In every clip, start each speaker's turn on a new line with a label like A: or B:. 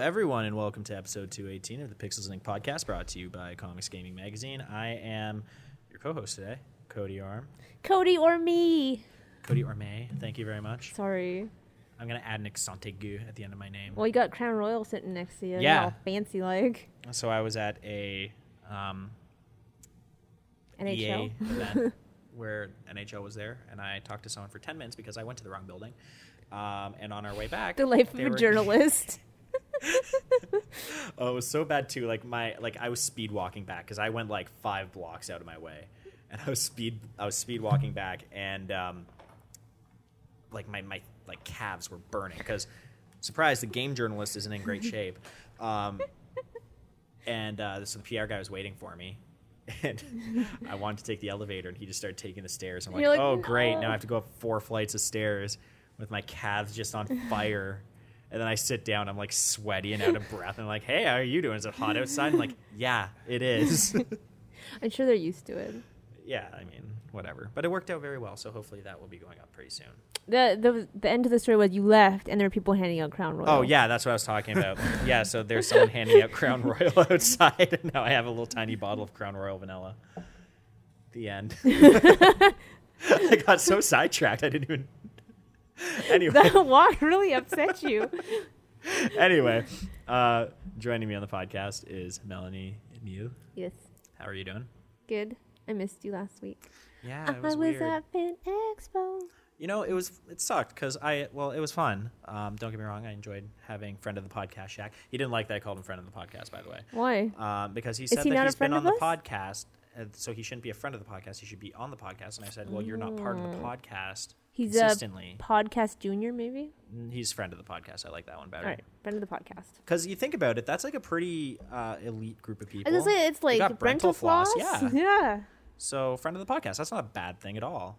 A: everyone, and welcome to episode 218 of the Pixels Link podcast brought to you by Comics Gaming Magazine. I am your co host today, Cody Arm.
B: Cody or me.
A: Cody Orme, thank you very much.
B: Sorry.
A: I'm going to add an accent aigu at the end of my name.
B: Well, you got Crown Royal sitting next to you. You're
A: Yeah.
B: all fancy like
A: So I was at a um,
B: NHL.
A: EA event where NHL was there, and I talked to someone for 10 minutes because I went to the wrong building. Um, and on our way back,
B: The life of
A: they
B: a
A: were-
B: journalist.
A: Oh, it was so bad too. Like my like I was speed walking back because I went like five blocks out of my way, and I was speed I was speed walking back, and um, like my my like calves were burning because surprise the game journalist isn't in great shape, um, and uh, so the PR guy was waiting for me. And I wanted to take the elevator, and he just started taking the stairs. I'm like,
B: You're like,
A: "Oh, great!
B: "No."
A: Now I have to go up four flights of stairs with my calves just on fire." And then I sit down. I'm like sweaty and out of breath. And like, "Hey, how are you doing? Is it hot outside?" I'm like, "Yeah, it is."
B: I'm sure they're used to it.
A: yeah, I mean, whatever. But it worked out very well. So hopefully that will be going up pretty soon.
B: The, the the end of the story was you left and there were people handing out Crown Royal.
A: Oh yeah, that's what I was talking about. yeah, so there's someone handing out Crown Royal outside, and now I have a little tiny bottle of Crown Royal vanilla. The end. I got so sidetracked. I didn't even. Anyway,
B: That walk really upset you.
A: anyway, uh, joining me on the podcast is Melanie New.
B: yes.
A: How are you doing?
B: Good. I missed you last week.
A: Yeah,
B: I was at Fan Expo.
A: You know, it was it sucked because I well, it was fun. Um, don't get me wrong, I enjoyed having friend of the podcast Shaq. He didn't like that I called him friend of the podcast, by the way.
B: Why?
A: um, because he said
B: he
A: that
B: not a
A: he's been
B: friend
A: on
B: of
A: the
B: us?
A: podcast, and so he shouldn't be a friend of the podcast. He should be on the podcast. And I said, well, you're not part of the podcast
B: Oh. He's a
A: consistently.
B: podcast junior, maybe.
A: Mm, he's friend of the podcast. I like that one
B: All
A: better.
B: right, friend of the podcast.
A: Because you think about it, that's like a pretty uh, elite group of people.
B: I was gonna say it's
A: We
B: like
A: got
B: Brental floss.
A: Yeah.
B: yeah.
A: So friend of the podcast, that's not a bad thing at all.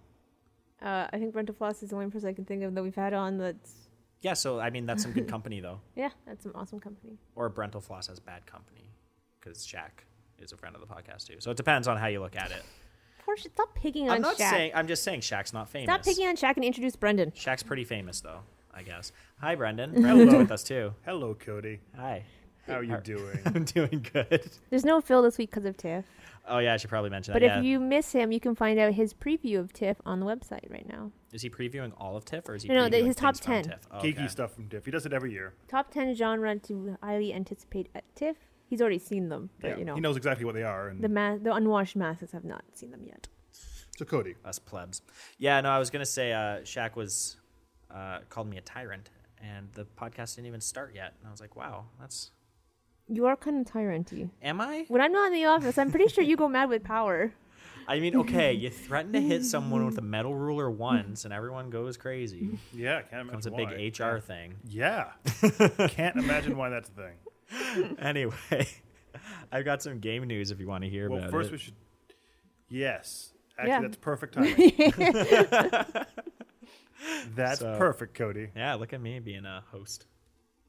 B: Uh, I think Brental Floss is the only person I can think of that we've had on that's
A: Yeah. So I mean, that's some good company though.
B: yeah, that's some awesome company.
A: Or Brental Floss has bad company because Shaq is a friend of the podcast too. So it depends on how you look at it.
B: Poor shit, stop picking on
A: I'm not
B: Shaq.
A: saying. I'm just saying Shaq's not famous.
B: stop picking on Shaq and introduce Brendan.
A: Shaq's pretty famous though, I guess. Hi, Brendan. Brendan's with us too.
C: Hello, Cody.
A: Hi.
C: How are you
A: Are-
C: doing?
A: I'm doing good.
B: There's no Phil this week because of TIFF.
A: Oh yeah, I should probably mention that.
B: But
A: yeah.
B: if you miss him, you can find out his preview of TIFF on the website right now.
A: is he previewing all of TIFF or is he?
B: No, no, the-
A: previewing
B: his top
A: things from
B: 10.
A: TIFF? Oh, okay.
C: Geeky stuff from Diff. He does it every year.
B: Top 10 genre to highly anticipate at TIFF. He's already seen them, but
C: Yeah.
B: you know,
C: He knows exactly what they are. And
B: the ma- the unwashed masses have not seen them yet.
C: so, Cody,
A: Us plebs. Yeah, no, I was gonna say uh, Shaq was uh, called me a tyrant, and the podcast didn't even start yet, and I was like, wow, that's.
B: You are kind of tyranty.
A: Am I?
B: When I'm not in the office, I'm pretty sure you go mad with power.
A: I mean, okay, you threaten to hit someone with a metal ruler once, and everyone goes crazy.
C: yeah, I can't imagine
A: It's a
C: why.
A: big HR thing.
C: Yeah, can't imagine why that's a thing.
A: Anyway, I've got some game news if you want to hear
C: Well,
A: about
C: first
A: it.
C: we should. Yes, actually,
B: Yeah.
C: that's perfect timing. that's
A: So-
C: perfect, Cody.
A: Yeah, look at me being a host.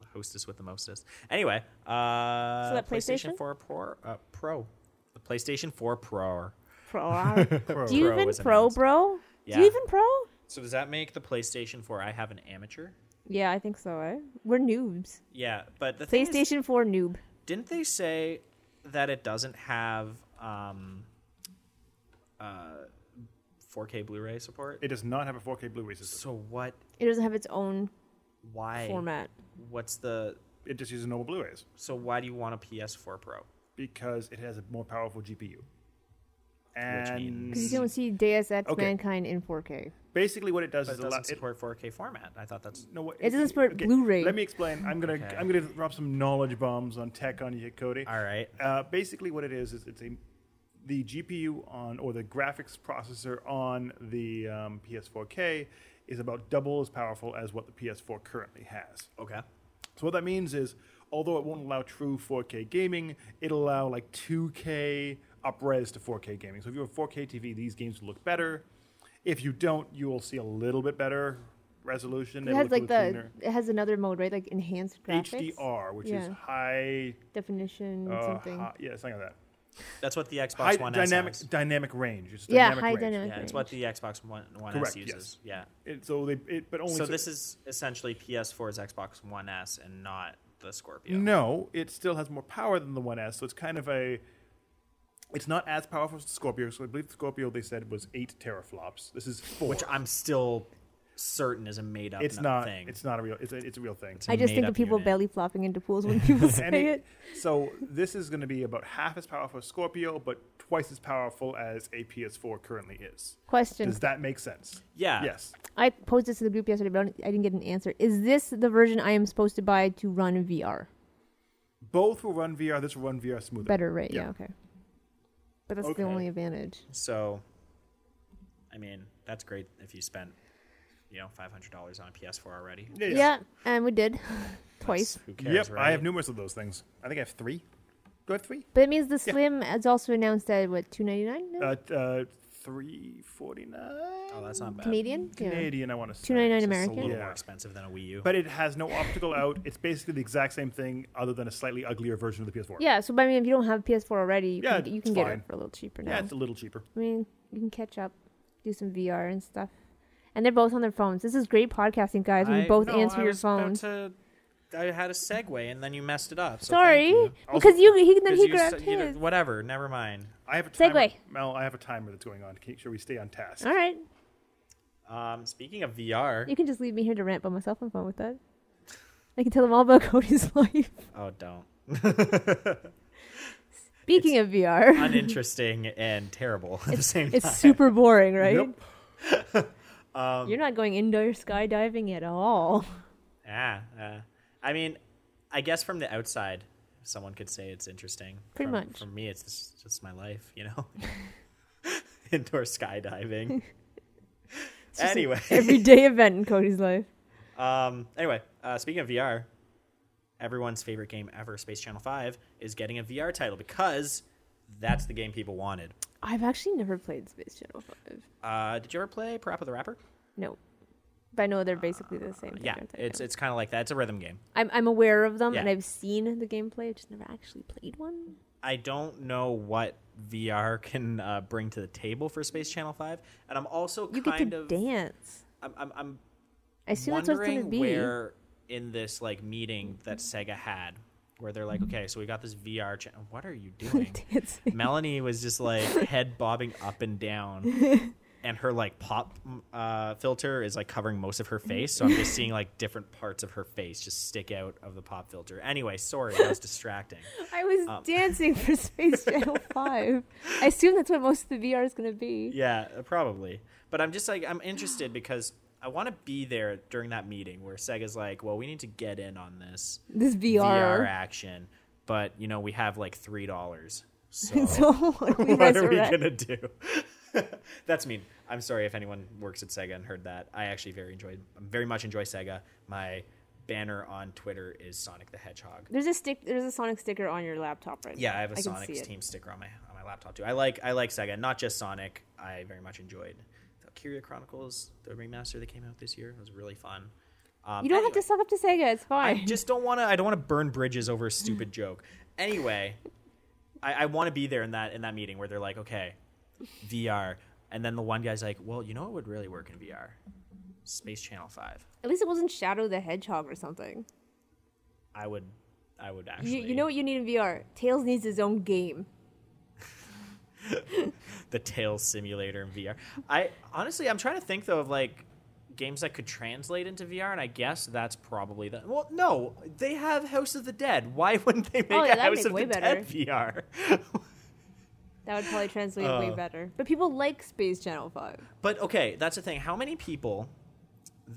A: A hostess with the mostest. Anyway, uh,
B: So that
A: PlayStation
B: PlayStation?
A: 4 Pro, uh, Pro. The PlayStation 4 Pro.
B: Pro.
C: Pro.
B: Do you
A: Pro
B: even
A: was
B: pro,
A: announced.
B: bro? Do
A: Yeah.
B: you even pro?
A: So does that make the PlayStation 4 I have an amateur?
B: Yeah, I think so. Eh? We're noobs.
A: Yeah, but the thing is,
B: PlayStation 4 noob.
A: didn't they say that it doesn't have um, uh, 4K Blu-ray support?
C: It does not have a 4K Blu-ray system.
A: so what?
B: It doesn't have its own
A: Why?
B: format.
A: What's the?
C: It just uses normal Blu-rays
A: So why do you want a PS4 Pro?
C: because it has a more powerful GPU. And
A: means-
B: You don't see Deus Ex
C: Okay.
B: Mankind in 4K.
C: basically, what it does
A: But
C: is
A: it
C: allow-
A: doesn't
C: it
A: support 4K format. I thought that's
C: No, what- eh,
B: It doesn't support Blu-ray.
C: Let me explain. I'm gonna
A: Okay.
C: I'm gonna drop some knowledge bombs on tech on you, Cody.
A: all right.
C: Uh, basically, what it is is it's a the GPU on or the graphics processor on the um, PS4K is about double as powerful as what the PS4 currently has.
A: Okay.
C: So what that means is, although it won't allow true 4K gaming, it'll allow like 2K upres to 4K gaming. So if you have a 4K TV, these games will look better. If you don't, you will see a little bit better resolution.
B: It
C: It'll
B: has
C: look
B: like
C: a little
B: the. It has another mode, right? Like enhanced graphics.
C: cleaner. HDR, which is
B: Yeah.
C: high,
B: definition
C: uh,
B: something.
C: hi- yeah, something like that.
A: That's what the Xbox
C: High
A: One
C: dynamic
A: S has.
C: dynamic range. It's
B: Yeah,
C: dynamic
B: high
C: range.
B: dynamic.
A: Yeah, it's what the Xbox One, One S
C: Correct,
A: uses. Yeah.
C: It, so they, it, but only
A: So this is essentially PS4's Xbox One S and not the Scorpio.
C: No, it still has more power than the 1S, so it's kind of a. It's not as powerful as the Scorpio. So I believe the Scorpio they said was eight teraflops. This is four.
A: Which I'm still certain is a made up
C: it's not.
A: thing.
C: It's not a real. It's a, it's a real thing.
A: a
B: I just think
A: made-up
B: of people
A: unit.
B: belly flopping into pools when people
C: And
B: say it.
C: it- so this is going to be about half as powerful as Scorpio, but twice as powerful as a PS4 currently is.
B: Question.
C: Does that make sense?
A: Yeah.
C: Yes.
B: I posed this to the group yesterday, but I don't- I didn't get an answer. Is this the version I am supposed to buy to run VR?
C: Both will run VR. This will run VR smoother.
B: Better, right? Yeah,
C: Yeah.
B: okay. But that's
C: Okay.
B: the only advantage.
A: So, I mean, that's great if you spent, you know, five hundred dollars on a PS4 already.
C: Yeah.
B: Yeah,
C: yeah.
B: and we did twice.
A: That's- Who cares?
C: Yep.
A: right?
C: I have numerous of those things. I think I have three. Do I have three?
B: But it means the Slim is also announced at what two ninety nine?
C: Uh, t- uh, three forty nine.
A: Oh, that's not bad.
B: Canadian. Yeah.
C: Canadian, I want to say.
B: $2.99
A: It's just
B: American?
A: a little
C: Yeah.
A: more expensive than a Wii U.
C: But it has no optical out. It's basically the exact same thing, other than a slightly uglier version of the PS4.
B: Yeah. So, but I mean, if you don't have PS4 already, you
C: Yeah,
B: can, you
C: it's
B: can get
C: fine.
B: it for a little cheaper now.
C: Yeah, it's a little cheaper.
B: I mean, you can catch up, do some VR and stuff. And they're both on their phones. This is great podcasting, guys. When you both
A: no,
B: answer
A: I
B: your
A: was about
B: phones.
A: to- I had a segue and then you messed it up. So
B: Sorry,
A: thank you.
B: because you, he then
A: 'Cause
B: he
A: you s-
B: grabbed
A: you know,
B: his.
A: whatever. Never mind.
C: I have a timer.
B: Segway.
C: Mel, I have a timer that's going on. Can, should we stay on task?
B: All right,
A: Um, speaking of VR,
B: you can just leave me here to rant by myself. I'm fine with that. I can tell them all about Cody's life.
A: oh, don't.
B: Speaking of VR,
A: Uninteresting and terrible at the same
B: it's
A: time.
B: super boring, right?
C: Nope.
B: You're not going indoor skydiving at all.
A: Ah, uh, I mean, I guess from the outside, someone could say it's interesting.
B: Pretty
A: From-
B: much.
A: For me, it's just, just my life, you know? Indoor skydiving.
B: just an
A: anyway.
B: Everyday event in Cody's life.
A: Um, anyway, uh, speaking of VR, everyone's favorite game ever, Space Channel 5, is getting a VR title because that's the game people wanted.
B: I've actually never played Space Channel 5.
A: Uh, did you ever play Parappa the Rapper?
B: No. But I know they're basically the same. thing,
A: Yeah,
B: aren't they?
A: it's it's kind of like that. It's a rhythm game.
B: I'm, I'm aware of them and
A: Yeah.
B: I've seen the gameplay. I've just never actually played one.
A: I don't know what VR can uh, bring to the table for Space Channel 5, and I'm also
B: You get
A: kind
B: to
A: of
B: dance.
A: I'm, I'm, I'm
B: I assume that's what it's going to
A: wondering
B: be. Mm-hmm.
A: where in this like meeting that Sega had, where they're like, okay, so we got this VR channel. What are you doing?
B: Dancing.
A: Melanie was just like head bobbing up and down, and her like pop uh, filter is like covering most of her face. So I'm just seeing like different parts of her face just stick out of the pop filter. Anyway, sorry, that was distracting.
B: I was
A: Um.
B: dancing for Space Channel 5. I assume that's what most of the VR is going to be.
A: Yeah, probably. But I'm just like I'm interested because I want to be there during that meeting where Sega's like, well, we need to get in on this.
B: This
A: VR
B: VR.
A: action, but you know we have like three dollars. So
B: So what are we
A: what are we
B: resurrect?
A: gonna do? That's mean. I'm sorry if anyone works at Sega and heard that. I actually very enjoyed, very much enjoy Sega. My banner on Twitter is Sonic the Hedgehog.
B: There's a stick. There's a Sonic sticker on your laptop right
A: Yeah,
B: now.
A: I have a
B: can
A: Sonic
B: see it.
A: team sticker on my on my laptop too. I like I like Sega, not just Sonic. I very much enjoyed Valkyria Chronicles, the remaster that came out this year. It was really fun. Um,
B: You don't have
A: anyway.
B: to suck up to Sega. It's
A: I
B: fine.
A: just don't want to. I don't want to burn bridges over a stupid joke. Anyway, I, I want to be there in that in that meeting where they're like, okay, VR, and then the one guy's like, well, you know what would really work in VR? Space Channel Five.
B: At least it wasn't Shadow the Hedgehog or something.
A: I would, I would actually.
B: You, you know what you need in VR? Tails needs his own game.
A: the Tails simulator in VR. I honestly, I'm trying to think though of like games that could translate into VR, and I guess that's probably the. Well, no, they have House of the Dead. Why wouldn't they make
B: Oh,
A: a
B: yeah, that'd
A: House
B: make
A: of
B: way
A: the
B: better.
A: Dead VR?
B: That would probably translate way
A: Uh.
B: better. But people like Space Channel 5.
A: But okay, that's the thing. How many people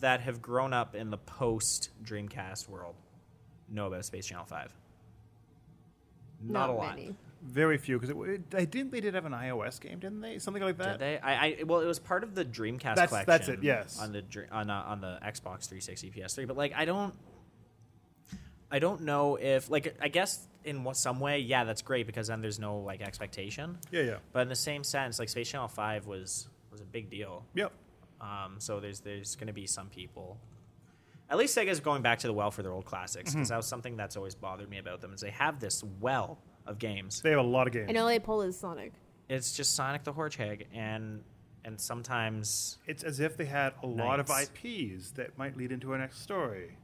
A: that have grown up in the post Dreamcast world know about Space Channel Five? Not, a lot.
B: many.
C: Very few, because I didn't. They did have an iOS game, didn't they? Something like that.
A: Did they? I, I well, it was part of the Dreamcast
C: That's-
A: collection.
C: that's it, yes.
A: on the Dr- on uh, on the Xbox 360, PS3. But like, I don't, I don't know if like I guess in what, some way, yeah, that's great because then there's no like expectation.
C: Yeah, yeah,
A: But in the same sense, like Space Channel Five was was a big deal.
C: yep.
A: Um, so there's there's going to be some people. At least Sega's going back to the well for their old classics
C: Mm-hmm.
A: because that was something that's always bothered me about them is they have this well of games.
C: They have a lot of games.
B: And LA Pole is Sonic.
A: It's just Sonic the Hedgehog and and sometimes
C: It's as if they had a lot of
A: Nice.
C: IPs that might lead into our next story.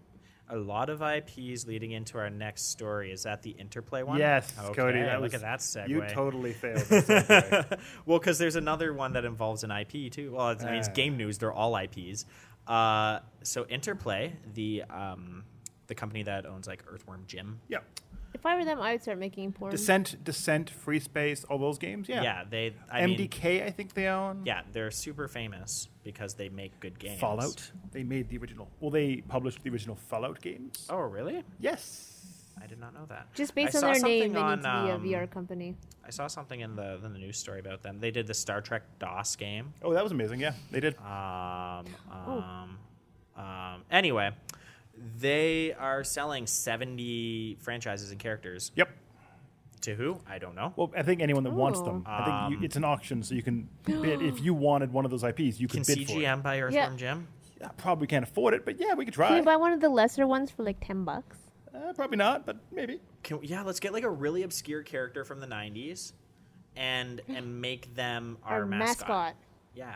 A: a lot of IPs leading into our next story. Is that the interplay one?
C: Yes,
A: okay,
C: Cody. That
A: look at
C: was,
A: that segue.
C: You totally failed. that segue.
A: well, because there's another one that involves an IP too. Well, it's, I mean, it's
C: Ah.
A: game news; they're all IPs. Uh, so Interplay, the um, the company that owns like Earthworm Jim,
C: yeah,
B: If I were them, I would start making porn.
C: Descent, Descent, Free Space, all those games. Yeah,
A: they, I mean,
C: MDK, I think they own.
A: yeah, they're super famous because they make good games.
C: Fallout. They made the original. Well, they published the original Fallout games.
A: Oh, really?
C: Yes.
A: I did not know that.
B: Just
A: I
B: based on
A: saw
B: their
A: something
B: name, they need to
A: on,
B: be a
A: um,
B: VR company.
A: I saw something in the in the news story about them. They did the Star Trek DOS game.
C: Oh, that was amazing. Yeah, they did.
A: Um, um, um, anyway, they are selling 70 franchises and characters.
C: Yep.
A: To who? I don't know.
C: Well, I think anyone that wants
B: Ooh.
C: them. I think
A: Um,
C: you, it's an auction, so you can bid. If you wanted one of those IPs, you
A: Can
C: could bid for it.
A: CGM buy Earthworm Jim?
C: Yeah, probably can't afford it, but yeah, we could
B: Can
C: try.
B: you buy one of the lesser ones for like ten bucks?
C: Uh, probably not, but maybe.
A: Can, yeah, let's get like a really obscure character from the 90s and and make them our, mascot. Yeah.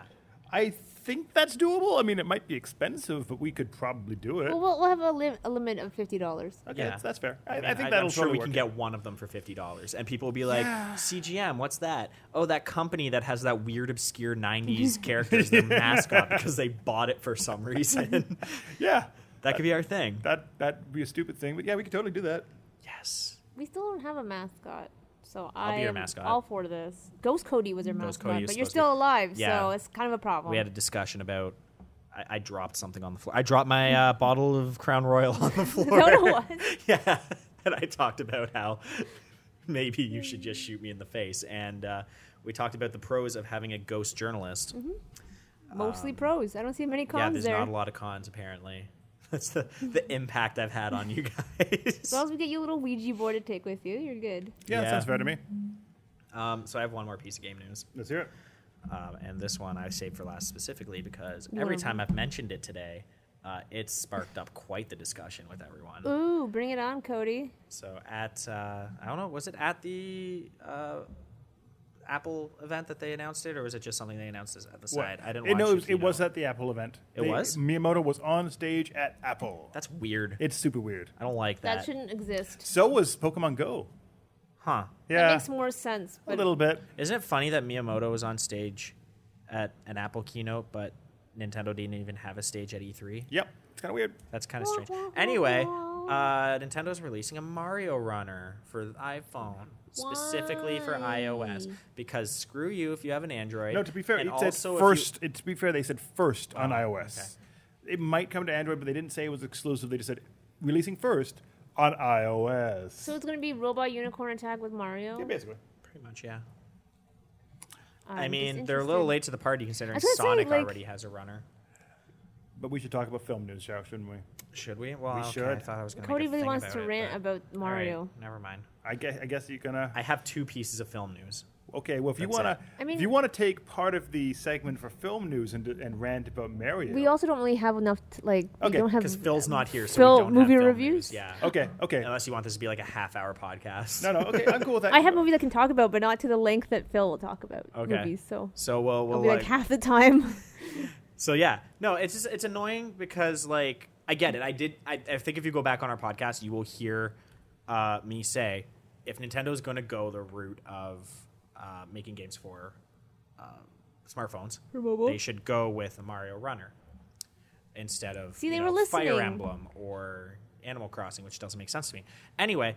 C: I think that's doable. I mean, it might be expensive, but we could probably do it.
B: Well, we'll, we'll have a, lim- a limit of fifty dollars.
C: Okay,
A: Yeah.
C: that's, that's fair. I, I,
A: mean,
C: think
A: I'm
C: that'll
A: sure
C: totally
A: we can
C: work.
A: get one of them for fifty dollars, and people will be like, "CGM, what's that? Oh, that company that has that weird, obscure '90s character as their mascot because they bought it for some reason."
C: Yeah,
A: that could be our thing.
C: that that'd be a stupid thing, but yeah, we could totally do that.
A: Yes.
B: We still don't have a mascot, so I
A: be your
B: am
A: mascot.
B: all for this. Ghost Cody was your
A: Ghost
B: mascot,
A: Cody was
B: but you're
A: supposed to be-
B: still alive,
A: Yeah.
B: so it's kind of a problem.
A: We had a discussion about. I, I dropped something on the floor. I dropped my uh, bottle of Crown Royal on the floor.
B: No, no, what?
A: yeah, and I talked about how maybe you should just shoot me in the face, and uh, we talked about the pros of having a ghost journalist.
B: Mostly pros. I don't see many Mm-hmm. cons
A: Um, yeah, there's
B: there.
A: not a lot of cons apparently. That's the, the impact I've had on you guys.
B: As long as we get you a little Ouija board to take with you, you're good.
C: Yeah, that
A: Yeah.
C: sounds fair to me.
A: Mm-hmm. Um, so I have one more piece of game news,
C: Let's hear it.
A: um, and this one I saved for last specifically because every
B: Love
A: time I've mentioned it today, uh, it's sparked up quite the discussion with everyone.
B: Ooh, bring it on, Cody.
A: So at uh, I don't know, was it at the uh, Apple event that they announced it, or was it just something they announced as- at the side? I didn't.
C: It,
A: watch
C: no, it was, it
A: Yoshino.
C: was at the Apple event.
A: It was?
C: Miyamoto was on stage at Apple.
A: That's weird.
C: It's super weird.
A: I don't like
B: That,
A: that.
B: shouldn't exist.
C: So was Pokemon Go.
A: huh?
C: Yeah,
B: That makes more sense.
C: a
B: But
C: little bit.
A: Isn't it funny that Miyamoto was on stage at an Apple keynote, but Nintendo didn't even have a stage at E3?
C: Yep, it's kind of weird.
A: That's kind of strange. Anyway, uh, Nintendo's releasing a Mario Runner for the iPhone, specifically for
B: Why?
A: iOS, because screw you if you have an Android.
C: No, to be fair,
A: and
C: it said
A: also if you- Oh,
C: first. It, to be fair, they said first on iOS. It might come to Android, but they didn't say it was exclusive. They just said releasing first on iOS.
B: so it's gonna be robot unicorn attack with Mario.
C: yeah, basically.
A: pretty much, yeah.
B: I'm
A: I
B: just
A: mean, they're a little
B: interested.
A: late to the party considering
B: was gonna say,
A: Sonic
B: like-
A: already has a runner.
C: But we should talk about film news, shall shouldn't we?
A: Should we? Well,
C: We
A: okay, I
C: should.
A: thought I was going to.
B: Cody really wants to rant
A: it, but-
B: about
A: All right,
B: Mario.
A: never mind.
C: I guess. I guess you're gonna.
A: I have two pieces of film news.
C: Okay. Well, if you
A: That's
C: wanna,
A: it.
B: I mean-
C: if you wanna take part of the segment for film news and and rant about Mario.
B: We also don't really have enough. T- like,
C: Okay,
B: we don't have
A: Because Phil's not here, so
B: Phil,
A: we don't
B: movie
A: have film
B: reviews?
A: news. Yeah.
C: Okay. Okay.
A: Unless you want this to be like a half hour podcast.
C: No, no. Okay. I'm cool with that.
B: I have movies I can talk about, but not to the length that Phil will talk about
A: Okay.
B: movies. So
A: So we'll,
B: it'll
A: we'll
B: be like,
A: like-
B: half the time.
A: so yeah. No, it's just, it's annoying because like I get it. I did. I, I think if you go back on our podcast, you will hear uh, me say if Nintendo's going to go the route of uh, making games for um smartphones,
B: For mobile?
A: they should go with a Mario Runner instead of
B: See, they
A: you know,
B: were
A: Fire
B: listening.
A: Emblem or Animal Crossing, which doesn't make sense to me. Anyway,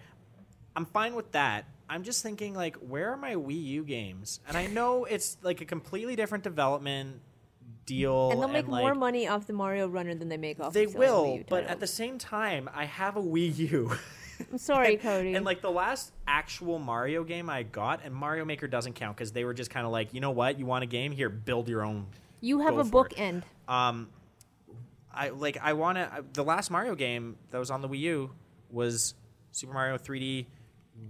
A: I'm fine with that. I'm just thinking like, where are my Wii U games? And I know it's like a completely different development deal,
B: and they'll make
A: like,
B: more money off the Mario Runner than they make off.
A: They
B: the selling
A: will,
B: Wii U
A: but at the
B: titles.
A: same time, I have a Wii U.
B: I'm sorry, Cody.
A: And like the last actual Mario game I got, and Mario Maker doesn't count because they were just kind of like, you know what, you want a game here, build your own.
B: you have
A: go
B: a
A: for it.
B: bookend.
A: Um, I like I want to. The last Mario game that was on the Wii U was Super Mario 3D.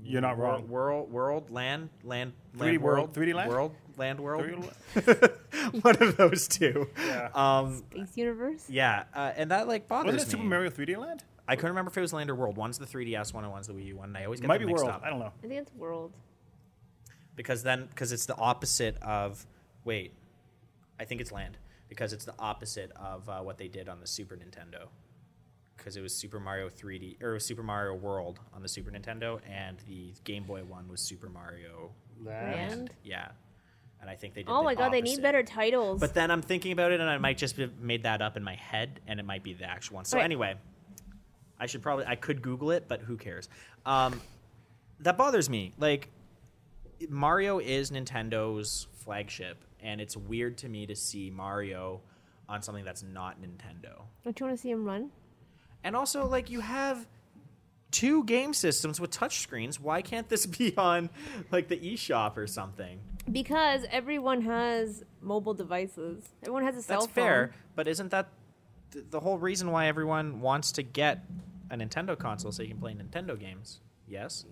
C: You're not
A: Wor-
C: wrong.
A: World, world, land, land,
C: 3D
A: land, world,
C: world, 3D land?
A: world, land, world.
C: Three-
A: One of those two.
C: Yeah.
A: Um,
B: Space Universe.
A: yeah, uh, and that like bothers
C: Wasn't it
A: me.
C: Super Mario 3D Land?
A: I couldn't remember if it was Land or World. One's the 3DS one, and one's the Wii U one. And I always
C: It
A: get
C: might be
A: them mixed
C: World.
A: up
C: I don't know.
B: I think it's World.
A: because then because it's the opposite of wait, I think it's Land because it's the opposite of uh, what they did on the Super Nintendo. because it was Super Mario 3D or it was Super Mario World on the Super Nintendo, and the Game Boy one was Super Mario.
B: Land.
A: Land. Yeah, and I think they did.
B: Oh
A: Uh, the
B: my god, they need
A: opposite.
B: better titles.
A: But then I'm thinking about it, and I might just have made that up in my head, and it might be the actual one. So
B: Right.
A: anyway, I should probably I could Google it, but who cares? Um, that bothers me. Like Mario is Nintendo's flagship, and it's weird to me to see Mario on something that's not Nintendo.
B: Don't you want to see him run?
A: And also, like you have two game systems with touchscreens. Why can't this be on like the eShop or something?
B: Because everyone has mobile devices. Everyone has a cell
A: That's
B: phone.
A: fair, but isn't that th- the whole reason why everyone wants to get a Nintendo console so you can play Nintendo games? Yes.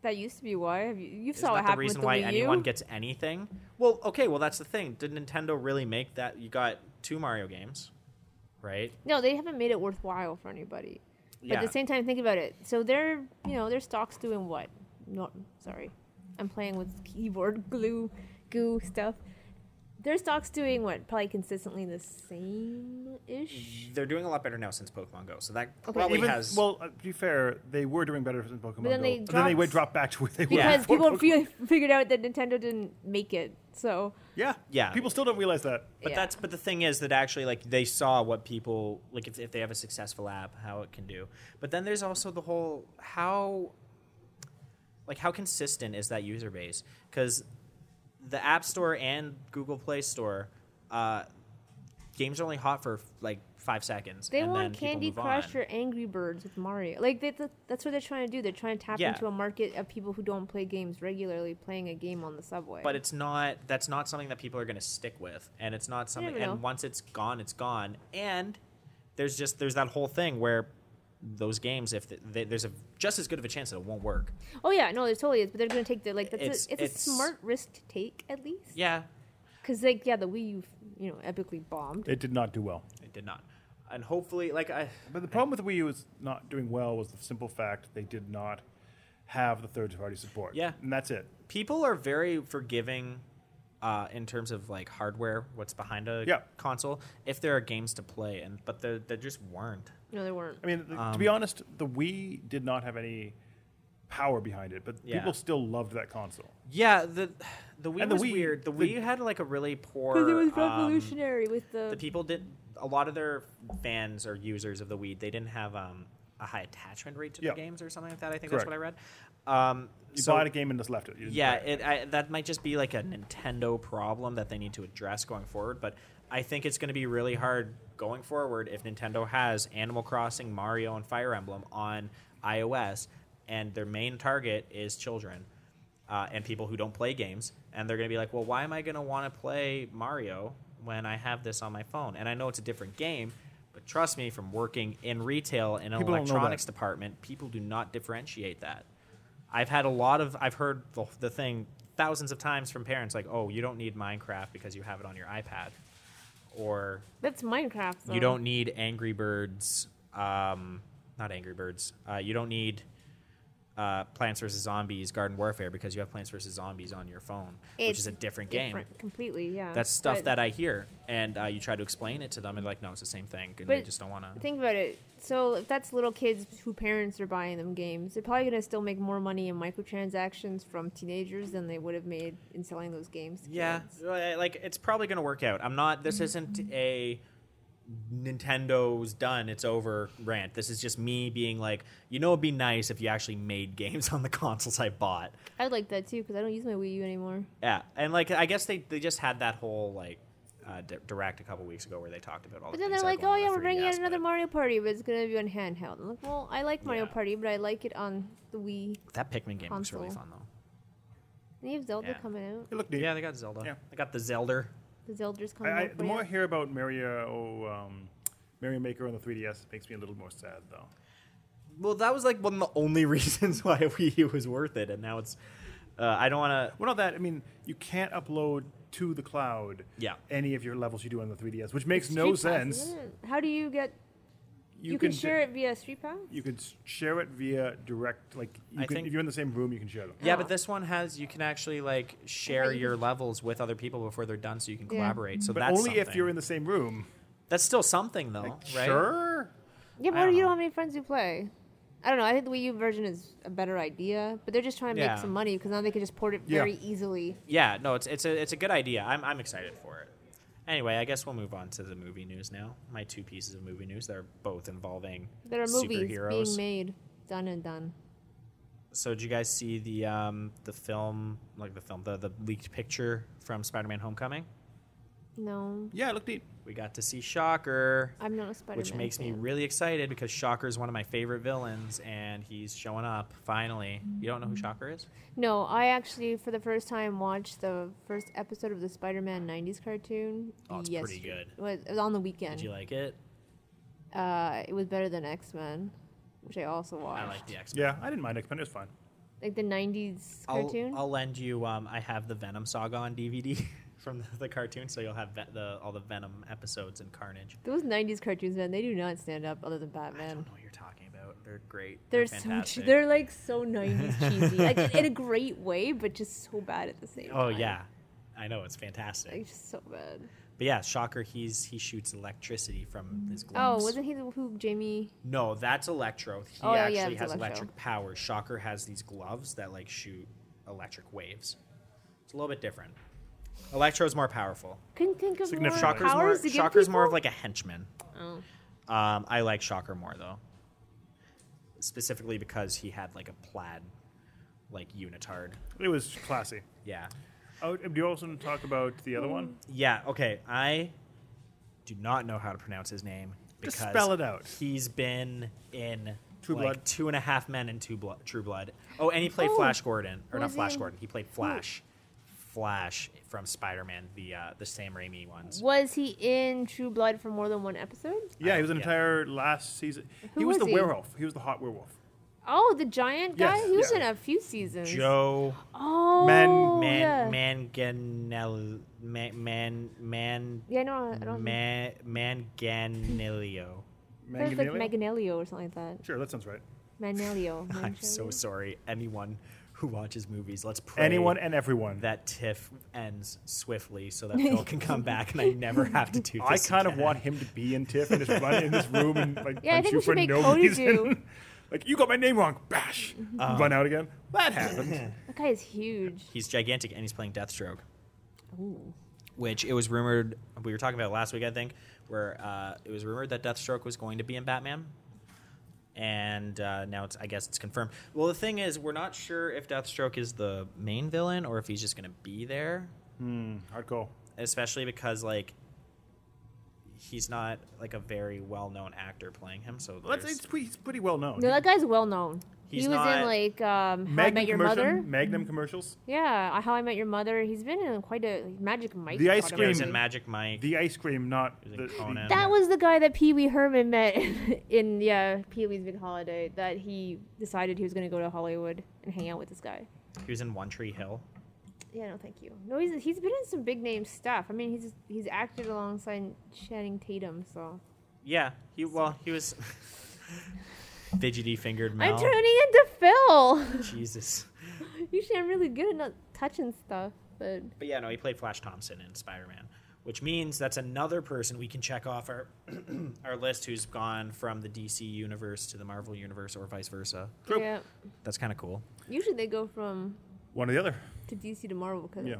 B: That used to be why. Have you, you
A: Isn't
B: saw what
A: that the
B: happened
A: reason
B: with the
A: why
B: Wii U.
A: anyone gets anything? Well, okay, well that's the thing. Did Nintendo really make that? You got two Mario games, right?
B: no, they haven't made it worthwhile for anybody. But
A: Yeah.
B: at the same time, think about it. So their, you know, their stock's doing what? No, sorry, I'm playing with keyboard glue, goo stuff. Their stock's doing what? Probably consistently the same ish.
A: They're doing a lot better now since Pokemon Go, so that
B: Okay.
A: probably
C: Even,
A: has.
C: Well, uh, to be fair, they were doing better since
B: then
C: Pokemon Go.
B: they
C: and then they
B: dropped-
C: would drop back to where they were.
B: Because people
C: before Pokemon.
B: feel, figured out that Nintendo didn't make it. So
C: yeah,
A: Yeah.
C: People still don't realize that.
A: But
B: Yeah.
A: that's but the thing is that actually like they saw what people like if, if they have a successful app how it can do. But then there's also the whole how like how consistent is that user base? Because the App Store and Google Play Store, uh, games are only hot for like five seconds.
B: They
A: and then
B: want
A: people
B: Candy
A: move
B: Crush
A: on.
B: or Angry Birds with Mario. Like they, that, that's what they're trying to do. They're trying to tap
A: Yeah.
B: into a market of people who don't play games regularly, playing a game on the subway.
A: but it's not that's not something that people are going to stick with and it's not something
B: never
A: and
B: know.
A: once it's gone it's gone and there's just there's that whole thing where those games if th they, there's a just as good of a chance that it won't work
B: oh yeah, no, it totally is. But they're going to take the like that's
A: It's-
B: a, it's,
A: it's-
B: a smart risk to take at least.
A: yeah
B: Because like yeah, the Wii U you know epically bombed.
C: It did not do well.
A: it did not and hopefully like i
C: But the problem with the Wii U is not doing well was the simple fact they did not have the third party support.
A: Yeah.
C: And that's it.
A: people are very forgiving uh, in terms of like hardware what's behind a
C: Yeah.
A: console if there are games to play and but there there just weren't
B: No, they weren't.
C: I mean, th- to
A: Um,
C: be honest, the Wii did not have any power behind it, but
A: Yeah.
C: people still loved that console.
A: yeah the the Wii
C: And the
A: was
C: Wii-
A: weird. The
C: the-
A: Wii had like a really poor.
B: Because it was
A: um,
B: revolutionary with the,
A: the people did a lot of their fans or users of the weed they didn't have um, a high attachment rate to
C: Yeah.
A: the games or something like that i think that's what i read
C: Correct.
A: um,
C: You
A: so
C: bought a game and just left it. You didn't
A: yeah
C: play it.
A: it, I, that might just be like a nintendo problem that they need to address going forward but i think it's going to be really hard going forward if nintendo has animal crossing mario and fire emblem on ios and their main target is children uh, and people who don't play games, and they're going to be like, well, why am I going to want to play Mario when I have this on my phone? And I know it's a different game, but trust me, from working in retail in an
C: People don't know that.
A: Oh, electronics department, people do not differentiate that. I've had a lot of, I've heard the, the thing thousands of times from parents like, oh, you don't need Minecraft because you have it on your iPad, or
B: that's Minecraft. Though.
A: you don't need Angry Birds, um, not Angry Birds. Uh, you don't need uh, Plants vs Zombies Garden Warfare because you have Plants vs Zombies on your phone, which
B: It's
A: is a different, game.
B: different completely. Yeah,
A: That's stuff
B: But-
A: that I hear, and uh, you try to explain it to them, and like, no, it's the same thing, and they
B: But-
A: just don't want to.
B: Think about it. So if that's little kids who parents are buying them games, they're probably gonna still make more money in microtransactions from teenagers than they would have made in selling those games. To
A: Yeah,
B: kids.
A: uh, like it's probably going to work out. I'm not. This isn't a Nintendo's done. It's over rant. This is just me being like, you know, it'd be nice if you actually made games on the consoles I bought.
B: I'd like that too because I don't use my Wii U anymore.
A: Yeah, and like I guess they they just had that whole like uh, di- direct a couple weeks ago where they talked about all. the
B: But then
A: things
B: they're
A: that are
B: like,
A: going
B: "Oh
A: on
B: yeah,
A: with
B: we're bringing
A: 3DS,
B: out another
A: but
B: Mario Party, but it's gonna be on handheld." I'm like, "Well, I like Mario
A: Yeah.
B: Party, but I like it on the Wii."
A: That Pikmin game looks really
B: console.
A: fun though.
B: They have Zelda
A: Yeah.
B: coming out.
C: It looked neat.
A: Yeah, they got Zelda.
C: Yeah.
A: They got the Zelda.
B: The Zelda's
C: I,
B: coming
C: I,
B: out.
C: the
B: for
C: more I
B: you.
C: hear about Mario, um, Mario Maker on the 3DS, it makes me a little more sad, though.
A: Well, that was like one of the only reasons why Wii U was worth it, and now it's. Uh, I don't want to.
C: Well, not that. I mean, you can't upload to the cloud
A: Yeah.
C: any of your levels you do on the 3DS, which makes
B: It's
C: no
B: Street Pass,
C: sense.
B: isn't it? How do you get? You, can,
C: d-
B: share it via Street Pass.
C: You can s- share it via direct. Like, you
A: I
C: can,
A: think-
C: if you're in the same room, you can share them.
A: Yeah,
B: Oh.
A: but this one has you can actually like share
B: Okay.
A: your levels with other people before they're done, so you can
B: Yeah.
A: collaborate. So
C: But
A: that's
C: only if
A: something.
C: you're in the same room.
A: That's still something though,
C: Like,
A: right?
C: Sure.
B: Yeah,
A: I
B: but
A: don't
B: you
A: know.
B: don't have any friends who play. I don't know. I think the Wii U version is a better idea, but they're just trying to
A: Yeah.
B: make some money because now they can just port it
C: Yeah.
B: very easily.
A: Yeah, no, it's it's a it's a good idea. I'm I'm excited for it. Anyway, I guess we'll move on to the movie news now. My two pieces of movie news that are both involving
B: There are movies
A: superheroes.
B: being made, done and done.
A: So, did you guys see the um the film like the film the the leaked picture from Spider-Man: Homecoming?
B: No,
C: Yeah, it looked neat.
A: We got to see Shocker,
B: I'm not a Spider-Man.
A: which makes me
B: fan.
A: really excited because Shocker is one of my favorite villains, and he's showing up finally. You don't know who Shocker is?
B: No, I actually for the first time watched the first episode of the Spider-Man '90s cartoon.
A: Oh, it's pretty
B: yesterday.
A: good.
B: It was, it was on the
A: Did
B: weekend.
A: you like it?
B: uh, it was better than X-Men, which I also watched.
A: I like the X Men.
C: Yeah, I didn't mind X Men. It was fine.
B: like the '90s
A: I'll,
B: cartoon.
A: I'll lend you. Um, I have the Venom saga on DVD from the, the cartoon, so you'll have ve- the all the Venom episodes and Carnage.
B: Those '90s cartoons, man, they do not stand up other than
A: I don't
B: Batman.
A: know what you're talking about. They're great.
B: They're so che-
A: fantastic.
B: they're like so '90s cheesy, like in a great way, but just so bad at the same.
A: oh
B: time.
A: yeah, I know it's fantastic.
B: like just so bad.
A: But yeah, Shocker. He's he shoots electricity from his
B: Oh,
A: gloves.
B: wasn't he the who Jamie?
A: No, that's Electro. He
B: Oh, yeah,
A: actually has
B: that's Electro.
A: electric power. Shocker has these gloves that like shoot electric waves. It's a little bit different. Electro's more powerful.
B: Couldn't think of more
C: Significant.
A: Shocker's
B: powers
A: more
B: to give
A: Shocker's more of
B: people?
A: like a henchman.
B: Oh.
A: Um, I like Shocker more though, specifically because he had like a plaid, like unitard.
C: It was classy.
A: Yeah,
C: Oh, do you also want to talk about the other one?
A: yeah. Okay, I do not know how to pronounce his name.
C: Just
A: Because
C: spell it out.
A: He's been in
C: True
A: like,
C: Blood.
A: Two and a Half Men, and Two Blood, True Blood. Oh, and he played
B: Oh,
A: Flash Gordon, or not
B: was he
A: Flash
B: in-
A: Gordon. He played Flash, Flash from Spider-Man, the uh, the Sam Raimi ones.
B: Was he in True Blood for more than one episode?
C: Yeah,
A: Uh,
C: he was an
A: yeah.
C: entire last season.
B: Who
C: he was,
B: was
C: the
B: he?
C: werewolf. He was the hot werewolf.
B: Oh, the giant guy.
C: Yes,
B: he was
C: yeah.
B: in a few seasons.
A: Joe
B: Oh,
C: Man-
B: yeah.
A: Man Manganel Man Man Man
B: Yeah, no, I don't. Man,
A: Ma- Manganelio.
B: it's like
C: Manganiello?
B: Manganello or something like that.
C: Sure, that sounds right.
B: Manelio.
A: I'm so sorry. Anyone who watches movies, let's pray
C: Anyone and everyone.
A: that TIFF ends swiftly so that Phil can come back and I never have to do this.
C: I kind of
A: again.
C: want him to be in Tiff and just run in this room and like
B: Yeah, I
C: punch
B: think
C: you
B: we
C: for
B: should make
C: no
B: Cody
C: reason.
B: do.
C: like you got my name wrong. Bash. run out again. That happened.
B: That guy is huge.
A: He's gigantic and he's playing Deathstroke,
B: Ooh.
A: which it was rumored we were talking about last week, I think, where uh, it was rumored that Deathstroke was going to be in Batman. And uh, now it's, I guess it's confirmed. Well, the thing is, we're not sure if Deathstroke is the main villain or if he's just going to be there.
C: Hardcore.
A: especially because like he's not like a very well-known actor playing him so
C: Well, that's,
A: there's-
C: it's pretty, he's pretty well known.
B: No, that guy's well known.
A: He's
B: he was
A: not-
B: in like um, How I Met Your
C: commercial-
B: Mother.
C: Magnum commercials.
B: Yeah, uh, How I Met Your Mother. He's been in quite a Magic Mike.
C: The ice
B: got
A: yeah,
B: him
A: he was
C: cream-
A: in magic mike
C: The ice cream, not
A: He was
C: the,
A: in Conan.
B: That was the guy that Pee Wee Herman met in yeah Pee Wee's Big Holiday. That he decided he was going to go to Hollywood and hang out with this guy.
A: he was in one tree hill
B: Yeah, no, thank you. No, he's he's been in some big name stuff. I mean, he's he's acted alongside Channing Tatum. So
A: yeah he well he was fidgety fingered
B: I'm
A: Mel.
B: turning into Phil.
A: jesus
B: Usually, I'm really good at not touching stuff, but
A: but yeah no he played flash thompson in spider-man which means that's another person we can check off our our list who's gone from the dc universe to the marvel universe or vice versa
C: True.
B: yeah.
A: that's kind of cool
B: Usually, they go from
C: One or the other.
B: to DC to Marvel because
C: Yeah.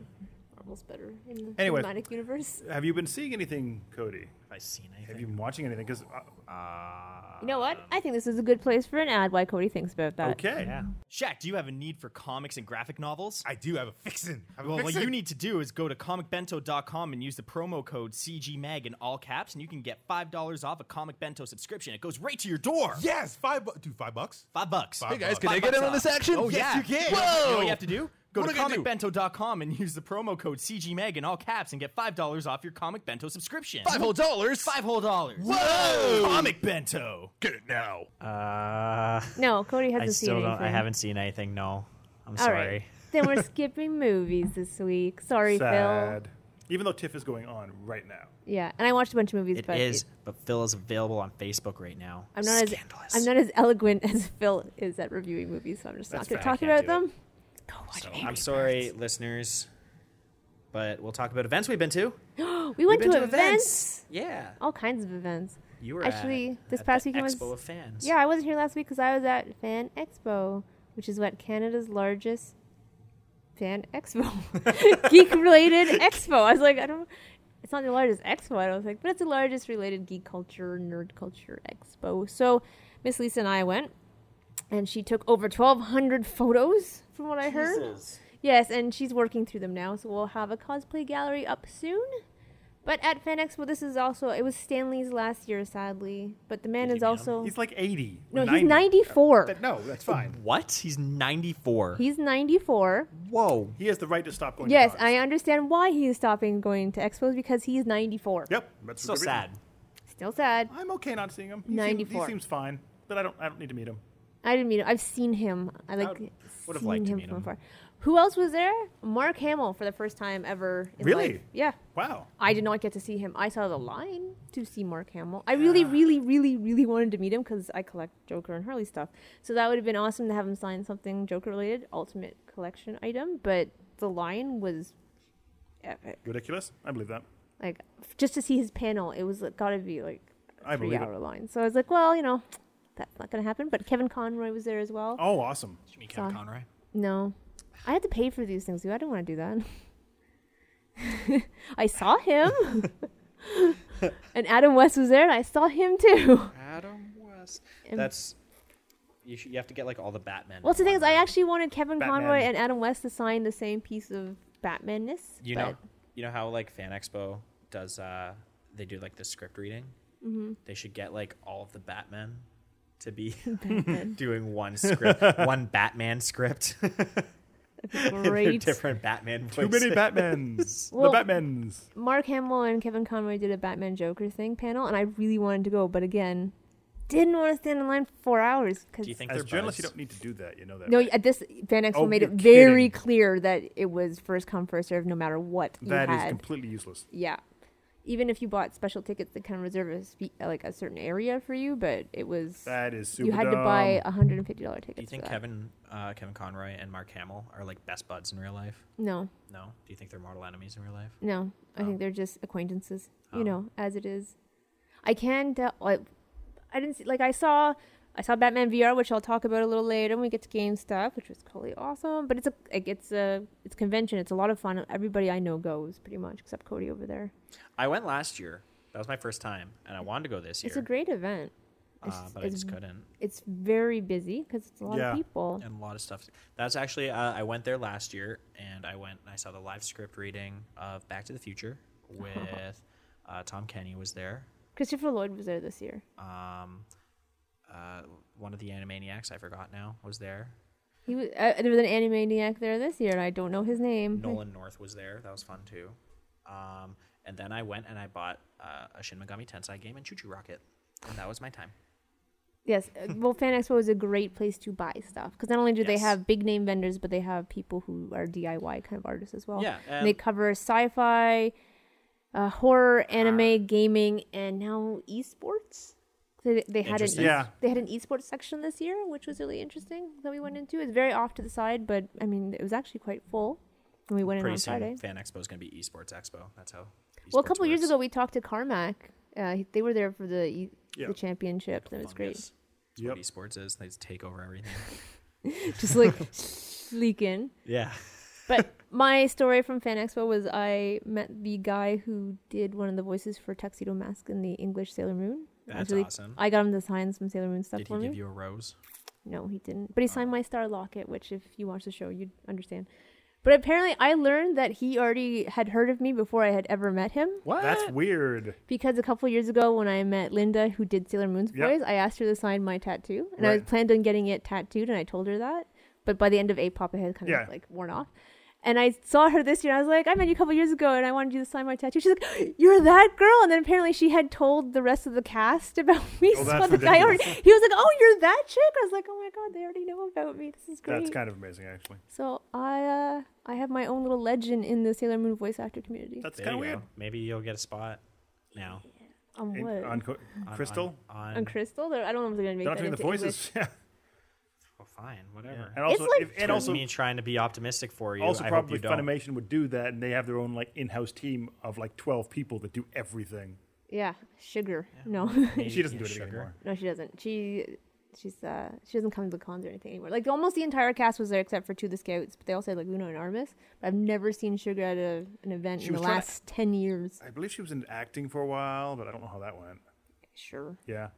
B: Marvel's better in the
C: Anyway.
B: cinematic universe.
C: Have you been seeing anything, Cody?
A: have i seen anything
C: Have you been watching anything? Because
A: uh,
B: You know what? I think this is a good place for an ad. Why Cody thinks about that?
C: okay,
A: yeah
D: Shaq, do you have a need for comics and graphic novels?
E: I do have a fixin'. I have a
D: well, what
E: fixin'.
D: you need to do is go to comicbento.com and use the promo code CGMAG in all caps, and you can get $5 off a Comic Bento subscription. It goes right to your door.
E: Yes, five bucks. Dude, five bucks?
D: Five bucks.
E: Five Hey, guys, bucks.
D: can I get in on this action? Oh,
E: Yes,
D: yeah.
E: you
D: You
E: can.
D: know what
E: Whoa.
D: you have to do? Go
E: What
D: to
E: do I gotta
D: comicbento.com and use the promo code CGMAG in all caps and get $5 off your Comic Bento subscription.
E: Five whole dollars?
D: Five whole dollars.
E: Whoa!
D: Comic Bento.
E: Get it now.
A: uh
B: No, Cody hasn't
A: I
B: seen
A: still don't.
B: anything.
A: I haven't seen anything. No, I'm
B: All
A: sorry.
B: right. then we're skipping movies this week. Sorry,
C: sad.
B: Phil.
C: Even though Tiff is going on right now.
B: Yeah, and I watched a bunch of movies,
A: It
B: but
A: is, but Phil is available on Facebook right now.
B: I'm not
A: Scandalous.
B: as I'm not as eloquent as Phil is at reviewing movies, so I'm just not
C: That's
B: going to
C: fair, I
B: talk
A: can't
B: about
A: do
B: them. Go watch
A: So,
B: Angry
A: I'm sorry, listeners, but we'll talk about events we've been to.
B: Birds. We went
A: We've
B: to
A: been
B: events,
A: Yeah.
B: all kinds of events.
A: You were
B: Actually,
A: at,
B: this
A: at
B: past
A: the
B: weekend was-
A: Expo of Fans.
B: Yeah, I wasn't here last week because I was at Fan Expo, which is what Canada's largest fan expo, geek related expo. I was like, I don't. It's not the largest expo, I don't think, but it's the largest related geek culture, nerd culture expo. So, Miss Lisa and I went, and she took over 1,200 photos, from what I heard. Yes, and she's working through them now, so we'll have a cosplay gallery up soon. But at Fan Expo, this is also it was Stanley's last year, sadly. But the man
A: Did
B: is
A: you meet
B: also
C: He's like 80.
B: no,
C: 90.
B: he's 94.
E: That- no, that's fine.
A: What? He's 94.
B: He's 94.
A: Oh Whoa.
C: He has the right to stop going. to
B: Yes,
C: cons.
B: I understand why he is stopping going to expos because he's 94.
C: Yep, that's
A: So
C: a good reason.
A: sad.
B: Still sad.
C: I'm okay not seeing him. He seems-
B: 94.
C: he seems fine, but I don't. I don't need to meet him.
B: I didn't meet him. I've seen him. I like
A: would-
B: seen
A: would've liked to
B: him
A: meet
B: from
A: him.
B: afar. Who else was there? Mark Hamill for the first time ever. In
C: Really?
B: life. Yeah.
C: Wow.
B: I did not get to see him. I saw the line to see Mark Hamill. I really, really, really, really wanted to meet him because I collect Joker and Harley stuff. So that would have been awesome to have him sign something Joker related, ultimate collection item. But the line was epic.
C: Ridiculous. I believe that.
B: Like f- just to see his panel, it was like, gotta be like
C: I
B: a three
C: believe it.
B: hour line. So I was like, well, you know, that's not gonna happen. But Kevin Conroy was there as well.
C: Oh, awesome.
D: Did you meet Kevin
B: Sorry.
D: Conroy?
B: No. I had to pay for these things. too. I didn't want to do that. I saw him. and Adam West was there, and I saw him too.
A: Adam West.
B: Um,
A: That's. You, should, you have to get like all the Batman.
B: Well, the thing is, I
A: Batman.
B: actually wanted Kevin
C: Batman.
B: Conroy and Adam West to sign the same piece of Batmanness.
A: You
B: but
A: know, you know how like Fan Expo does. uh They do like the script reading.
B: Mm-hmm.
A: They should get like all of the Batman to be doing one script, one Batman script. They're
B: Great.
A: different Batman.
C: Too many
A: voices.
C: Batmans.
B: Well-
C: the Batmans.
B: Mark Hamill and Kevin Conroy did a Batman Joker thing panel, and I really wanted to go, but again, didn't want to stand in line for four hours. Cause
A: Do you think
C: As
A: they're
C: journalists, you
A: buds?
C: don't need to do that. You know that.
B: No,
C: right?
B: at this Van Expo
C: Oh,
B: made it
C: you're
B: very
C: kidding.
B: clear that it was first come, first serve, no matter what you
C: that
B: had.
C: is completely useless.
B: Yeah. Even if you bought special tickets that kind of reserve a spe- uh, like a certain area for you, but it was
C: That is super.
B: you had to
C: dumb.
B: buy a hundred and fifty dollar tickets.
A: Do you think
B: for that.
A: Kevin, uh, Kevin Conroy, and Mark Hamill are like best buds in real life?
B: No,
A: No. Do you think they're mortal enemies in real life?
B: no. I
A: Oh.
B: think they're just acquaintances.
A: Oh.
B: You know, as it is. I can tell. Like, I didn't see. Like I saw, I saw Batman VR, which I'll talk about a little later when we get to game stuff, which was totally awesome. But it's a like it's a it's a convention. It's a lot of fun. Everybody I know goes pretty much, except Cody over there.
A: I went last year. That was my first time, and I wanted to go this year,
B: It's a great event.
A: uh,
B: It's-
A: but I
B: it's
A: just couldn't.
B: it's very busy because it's a lot
C: Yeah.
B: of people.
A: and a lot of stuff. That's actually uh, I went there last year, and I went and I saw the live script reading of Back to the Future with uh, Tom Kenny was there.
B: Christopher Lloyd was there this year.
A: Um, uh, one of the Animaniacs I forgot now was there.
B: He was uh, there was an Animaniac there this year, and I don't know his name.
A: Nolan North was there. That was fun too. Um, and then I went and I bought uh, a Shin Megami Tensei game and Choo Choo Rocket, and that was my time.
B: Yes, uh, well, Fan Expo is a great place to buy stuff because not only do they
A: Yes.
B: have big name vendors, but they have people who are DIY kind of artists as well.
A: Yeah,
B: and they
A: and-
B: cover sci-fi, uh, horror, anime, gaming, and now esports. They, they had an
A: Interesting.
B: e-
C: Yeah.
B: they had an esports section this year, which was really interesting that we went into. It's very off to the side, but I mean, it was actually quite full when we went in
A: Pretty
B: on
A: soon,
B: Friday.
A: Fan Expo is going to be Esports Expo. That's how.
B: Well, a
A: esports
B: couple years
A: works.
B: ago, we talked to Carmack. Uh, he- they were there for the e-
C: Yeah.
B: the championships. and It was great.
A: Fungus. That's what
C: Yep.
A: esports is. They just take over everything.
B: Just like sneak in.
A: yeah.
B: But my story from Fan Expo was I met the guy who did one of the voices for Tuxedo Mask in the English Sailor Moon.
A: That's awesome.
B: I got him to sign some Sailor Moon stuff
A: Did
B: for
A: he
B: me.
A: give you a rose?
B: No, he didn't. But he signed my Star Locket, which if you watch the show, you'd understand. But apparently, I learned that he already had heard of me before I had ever met him.
A: What?
C: That's weird.
B: because a couple years ago when I met Linda, who did Sailor Moon's
C: Yep.
B: voice, I asked her to sign my tattoo, and I was
C: Right.
B: planned on getting it tattooed, and I told her that. But by the end of A-pop, it had kind
C: Yeah.
B: of like worn off. And I saw her this year. and I was like, I met you a couple years ago, and I wanted you to sign my tattoo. She's like, "You're that girl." And then apparently she had told the rest of the cast about me.
C: Oh,
B: so
C: that's
B: the guy already,
C: ridiculous.
B: he was like, "Oh, you're that chick." I was like, "Oh my god, they already know about me. This is great."
C: That's kind of amazing, actually.
B: so I, uh, I have my own little legend in the Sailor Moon voice actor community.
C: That's
A: There
C: kind of
A: you
C: weird.
A: go. Maybe you'll get a spot now.
B: on
C: In-
B: what?
C: on Co-
A: On-
C: Crystal.
A: On, on,
B: on Crystal? They're- I don't know if they're gonna make
C: They're not
B: that
C: doing Um, the
B: into English.
C: voices. Yeah.
A: oh, fine, whatever.
C: And also,
B: like-
C: if,
A: It
C: and also,
A: me trying to be optimistic for you.
C: also
A: I
C: probably
A: hope you don't.
C: Funimation would do that, and they have their own like in-house team of like twelve people that do everything.
B: Yeah, sugar. No,
C: She doesn't do
E: Yeah,
C: it anymore.
B: no, she doesn't. She she's uh she doesn't come to the cons or anything anymore. Like almost the entire cast was there except for two of the scouts, but they also had like Luna and Armis. But I've never seen sugar at a, an event
C: She
B: in the
C: was trying to-
B: last ten years.
C: I believe she was in acting for a while, but I don't know how that went.
B: Sure.
C: Yeah.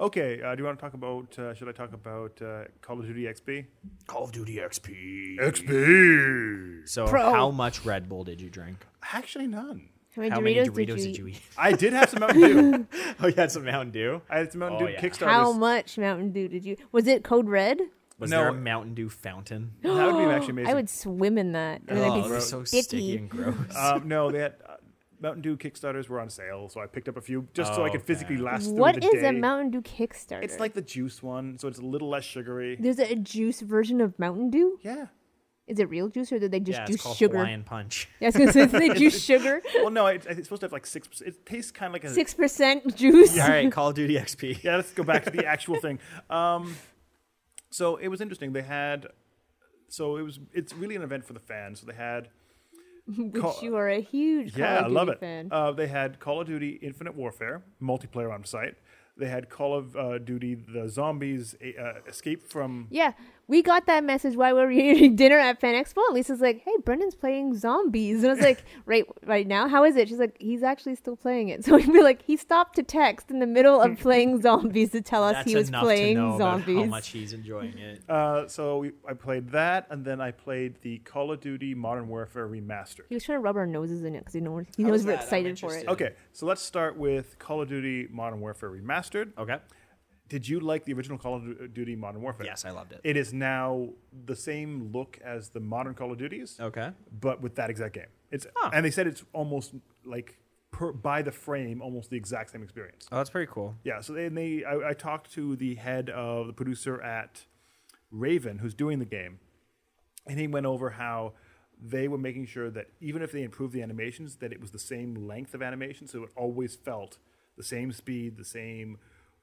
C: Okay. Uh, do you want to talk about? Uh, should I talk about uh, Call of Duty XP?
E: Call of Duty XP.
C: XP.
E: So, how much Red Bull did you drink?
C: Actually, none.
B: How many,
E: how
B: Doritos,
E: many Doritos did you
B: eat?
E: eat?
C: I did have some Mountain Dew.
E: oh, you had some Mountain Dew.
C: I had some Mountain
E: Oh,
C: Dew
E: yeah.
C: Kickstarter.
B: How much Mountain Dew did you? Was it Code Red?
E: Was
C: No.
E: there a Mountain Dew fountain?
C: That would be actually amazing.
B: I would swim in that. And
E: oh,
B: I'd be
E: it'd
B: so
E: be so
B: sticky.
E: sticky and gross.
C: Um, no, they had uh, Mountain Dew Kickstarters were on sale, so I picked up a few just so I could
E: Okay.
C: physically last
B: What
C: through the
B: is
C: day.
B: a Mountain Dew Kickstarter?
C: It's like the juice one, so it's a little less sugary.
B: there's a juice version of Mountain Dew.
C: Yeah.
B: Is it real juice or did they just
E: yeah,
B: do
E: it's called
B: sugar?
E: Hawaiian Punch.
B: Yeah, I was gonna say, did they juice sugar?
C: Well, no, it, it's supposed to have like six. It tastes kind of like a
B: Six percent juice.
E: All right, Call of Duty XP.
C: Yeah, let's go back to the actual thing. Um, so it was interesting. They had. So it was. It's really an event for the fans. So they had.
B: Which
C: Call-
B: you are a huge
C: Yeah,
B: Call
C: I
B: of
C: love
B: Duty
C: it.
B: fan.
C: Uh, they had Call of Duty Infinite Warfare multiplayer on site. They had Call of uh, Duty the Zombies eh, uh, Escape from.
B: yeah, we got that message while we were eating dinner at Fan Expo. And Lisa's like, "Hey, Brendan's playing zombies," and I was like, "Right, right now, how is it?" She's like, "He's actually still playing it." So we were like, "He stopped to text in the middle of playing zombies to tell us
E: That's
B: he was
E: enough
B: playing
E: to know about
B: zombies."
E: how much he's enjoying it.
C: Uh, so we, I played that, and then I played the Call of Duty Modern Warfare Remastered.
B: He was trying to rub our noses in it because he knows he
E: How
B: knows
E: was
B: we're
E: that? I'm
B: excited for it.
E: interested.
C: Okay, so let's start with Call of Duty Modern Warfare Remastered.
E: okay.
C: Did you like the original Call of Duty Modern Warfare?
E: Yes, I loved it.
C: It is now the same look as the modern Call of Duties,
E: Okay.
C: but with that exact game. It's
E: Huh.
C: and they said it's almost like per, by the frame, almost the exact same experience.
E: Oh, that's pretty cool.
C: Yeah. So they, and they, I, I talked to the head of the producer at Raven, who's doing the game, and he went over how they were making sure that even if they improved the animations, that it was the same length of animation, so it always felt the same speed, the same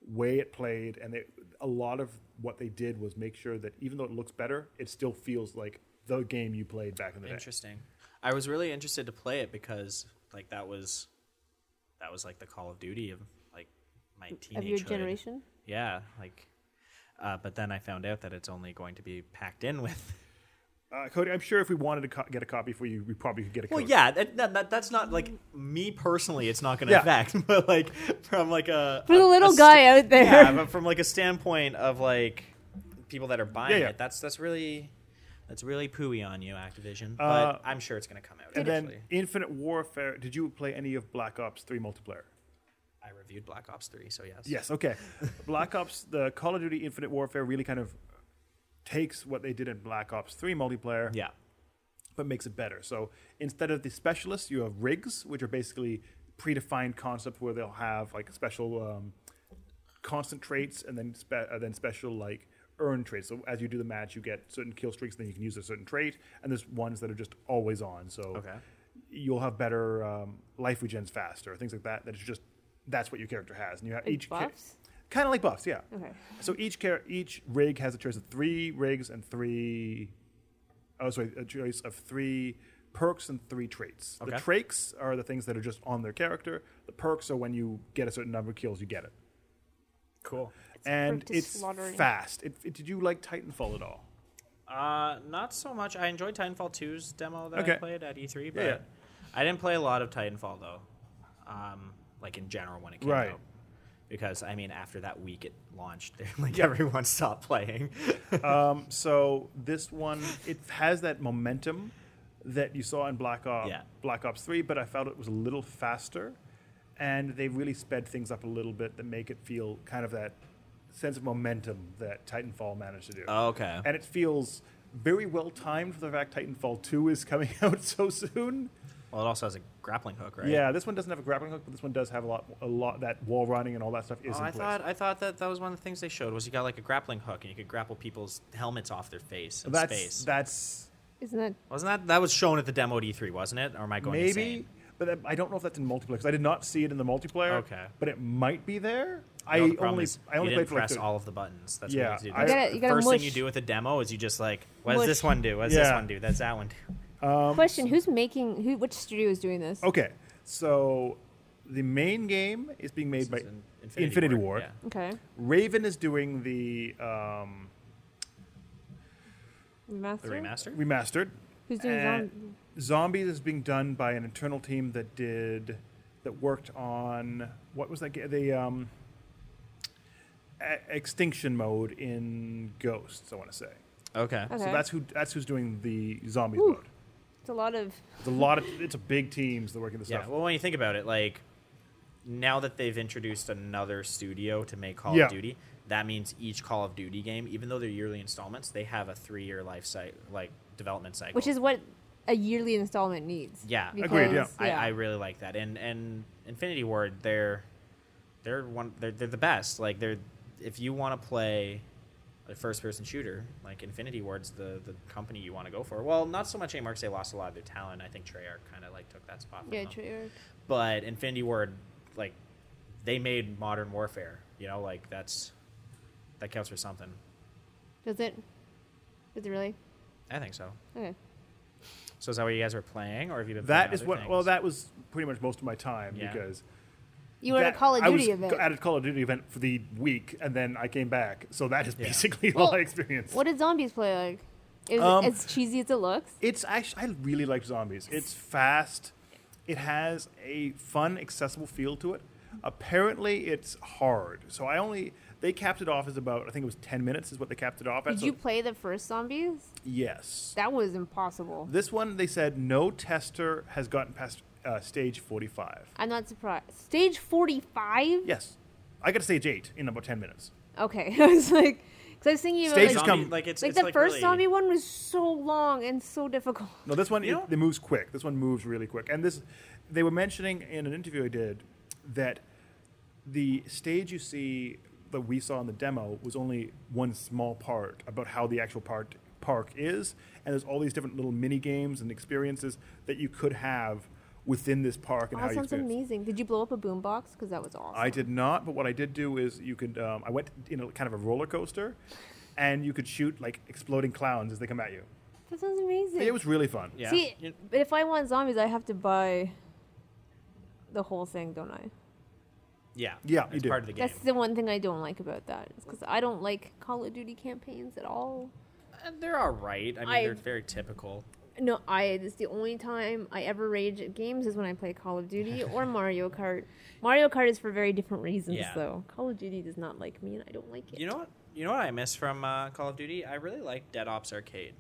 C: way it played, and they, a lot of what they did was make sure that even though it looks better, it still feels like the game you played back in the day.
E: Interesting. I was really interested to play it because like that was that was like the Call of Duty of like my teenagehood.
B: Of your
E: Um,
B: generation,
E: Yeah, like uh, but then I found out that it's only going to be packed in with.
C: Uh, Cody, I'm sure if we wanted to co- get a copy for you, we probably could get a
E: Well,
C: code.
E: yeah, that, that, that- that's not like me personally. It's not going to
C: Yeah.
E: affect, but like from like a
B: for the
E: a-
B: little
E: a
B: guy
E: sta-
B: out there.
E: yeah, but from like a standpoint of like people that are buying
C: Yeah, yeah.
E: it, that's that's really that's really pooey on you, Activision.
C: Uh,
E: but I'm sure it's going to come out.
C: And then
E: eventually.
C: Infinite Warfare. Did you play any of Black Ops 3 multiplayer?
E: I reviewed Black Ops Three, so yes.
C: Yes, okay. Black Ops, the Call of Duty Infinite Warfare really kind of takes what they did in Black Ops 3 multiplayer,
E: Yeah.
C: but makes it better. So instead of the specialists, you have rigs, which are basically predefined concepts where they'll have like special um, constant traits and then spe- uh, then special like earned traits. So as you do the match, you get certain kill streaks, then you can use a certain trait, and there's ones that are just always on. So
E: Okay.
C: you'll have better um, life regens faster, things like that. That is just that's what your character has, and you have
B: Like
C: each
B: buffs?
C: kind of like buffs, yeah.
B: Okay.
C: So each char- each rig has a choice of three rigs and three oh sorry, a choice of three perks and three traits. The
E: Okay.
C: traits are the things that are just on their character. The perks are when you get a certain number of kills, you get it.
E: Cool.
C: and
B: just
C: it's
B: slaughtering.
C: fast. It, it- did you like Titanfall at all?
E: Uh, not so much. I enjoyed Titanfall 2's demo that
C: Okay.
E: I played at E3, but
C: Yeah, yeah.
E: I didn't play a lot of Titanfall though. Um, like in general when it came
C: Right.
E: out, because I mean after that week it launched, they're like everyone stopped playing.
C: Um, so this one, it has that momentum that you saw in Black Ops,
E: Yeah.
C: Black Ops Three, but I felt it was a little faster, and they really sped things up a little bit that make it feel kind of that sense of momentum that Titanfall managed to do.
E: Oh, okay.
C: And it feels very well timed for the fact Titanfall Two is coming out so soon.
E: Well, it also has a grappling hook, right?
C: Yeah, this one doesn't have a grappling hook, but this one does have a lot, a lot that wall running and all that stuff is
E: Oh,
C: in
E: I
C: place.
E: thought I thought that that was one of the things they showed was you got like a grappling hook and you could grapple people's helmets off their face in
C: that's
E: space.
C: that's
B: Isn't that
E: Wasn't that that was shown at the demo at E3, wasn't it? Or am I going
C: Maybe,
E: insane?
C: but I- I don't know if that's in multiplayer because I did not see it in the multiplayer.
E: Okay.
C: but it might be there. I
E: No, the problem
C: only
E: is
C: I only
E: you
C: played
E: didn't
C: for like
E: press
C: the-
E: all of the buttons. That's
C: Yeah,
E: what you
C: I-
E: have to do. That's
C: You
B: gotta- you
E: the
B: gotta
E: first thing you
B: mush.
E: do with a demo is you just like, what does
B: Mush.
E: this one do? What does this
C: Yeah.
E: one do? That's that one. do? Oh.
B: question? Who's making? Who? Which studio is doing this?
C: Okay, so the main game is being made
E: This
C: by
E: is in-
C: Infinity, War.
E: yeah.
B: Okay.
C: Raven is doing the um,
B: Remaster.
E: The remaster?
C: remastered.
B: Who's doing
C: And
B: zomb-
C: Zombies is being done by an internal team that did that worked on what was that game? The um, e- extinction mode in Ghosts. I want to say.
E: Okay.
B: Okay.
C: So that's who that's who's doing the zombies
B: Ooh.
C: mode.
B: It's a lot of.
C: It's a lot of it's a big teams that work in this
E: Yeah.
C: stuff.
E: Well, when you think about it, like now that they've introduced another studio to make Call
C: Yeah.
E: of Duty, that means each Call of Duty game, even though they're yearly installments, they have a three-year life cycle, like development cycle.
B: Which is what a yearly installment needs.
E: yeah,
C: Agreed, yeah.
E: I, I really like that. And and Infinity Ward, they're they're one they're, they're the best. Like they're if you want to play a first person shooter, like Infinity Ward's the the company you want to go for. Well, not so much anymore 'cause they lost a lot of their talent. I think Treyarch kind of like took that spot. From
B: yeah,
E: them.
B: true.
E: But Infinity Ward, like they made Modern Warfare. You know, like that's that counts for something.
B: Does it? Does it really?
E: I think so.
B: Okay.
E: So is that what you guys were playing, or have you been?
C: That
E: playing
C: is
E: other
C: what.
E: Things?
C: Well, that was pretty much most of my time
E: Yeah.
C: because
B: You were at a
C: that-
B: Call of
C: I was
B: Duty event.
C: g- at a Call of Duty event for the week, and then I came back. So that is
E: Yeah.
C: basically all
B: Well,
C: I experienced.
B: What did zombies play like? It was
C: Um,
B: as cheesy as it looks.
C: It's actually I really like zombies. It's fast. It has a fun, accessible feel to it. Apparently, it's hard. So I only they capped it off as about I think it was ten minutes is what they capped it off at.
B: Did
C: so-
B: you play the first zombies?
C: yes.
B: That was impossible.
C: This one they said no tester has gotten past uh, stage forty-five.
B: I'm not surprised. Stage 45?
C: Yes, I got to stage eight in about ten minutes.
B: Okay. I was like, because I was thinking about
C: Stage
B: like,
C: is
E: Zombie-
C: come-
E: like it's
B: like
E: it's
B: the
E: like
B: first
E: really-
B: zombie one was so long and so difficult.
C: No, this one
E: You
C: it,
E: know-
C: it moves quick. This one moves really quick. And this, they were mentioning in an interview I did that the stage you see that we saw in the demo was only one small part about how the actual part park is, and there's all these different little mini games and experiences that you could have within this park and
B: Oh,
C: how
B: that
C: you
B: sounds
C: experience.
B: amazing. Did you blow up a boombox? Because that was awesome.
C: I did not, but what I did do is you could. Um, I went in a kind of a roller coaster, and you could shoot like exploding clowns as they come at you.
B: That sounds amazing.
C: It was really fun.
E: Yeah.
B: See,
E: You-
B: but if I want zombies, I have to buy the whole thing, don't I?
E: Yeah.
C: Yeah, you
E: It's
C: do.
E: part of the game.
B: That's the one thing I don't like about that. Because I don't like Call of Duty campaigns at all.
E: And Uh, they're all right. I mean,
B: I-
E: they're very typical.
B: No, I. It's the only time I ever rage at games is when I play Call of Duty or Mario Kart. Mario Kart is for very different reasons,
E: Yeah.
B: though. Call of Duty does not like me, and I don't like it.
E: You know what? You know what I miss from uh, Call of Duty? I really like Dead Ops Arcade,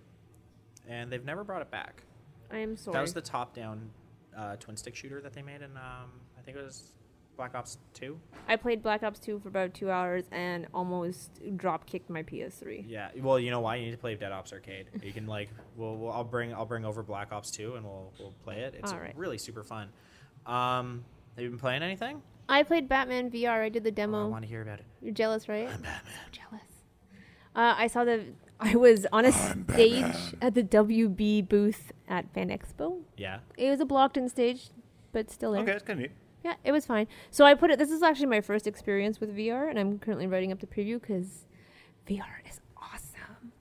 E: and they've never brought it back.
B: I am sorry.
E: That was the top-down uh, twin-stick shooter that they made in, um, I think it was Black Ops Two.
B: I played Black Ops 2 for about two hours and almost drop kicked my PS3.
E: Yeah. Well, you know why? You need to play Dead Ops Arcade. You can like, we'll, we'll I'll bring I'll bring over Black Ops Two, and we'll we'll play it. It's
B: All right.
E: really super fun. Um, have you been playing anything?
B: I played Batman VR. I did the
E: Oh, I
B: demo.
E: want to hear about it.
B: You're jealous, right? I'm Batman. So jealous. Uh, I saw the. I was on a stage at the WB booth at Fan Expo.
E: Yeah.
B: It was a blocked-in stage, but still there.
C: Okay, that's kind of neat.
B: Yeah, it was fine. So I put it. This is actually my first experience with VR, and I'm currently writing up the preview because VR is awesome.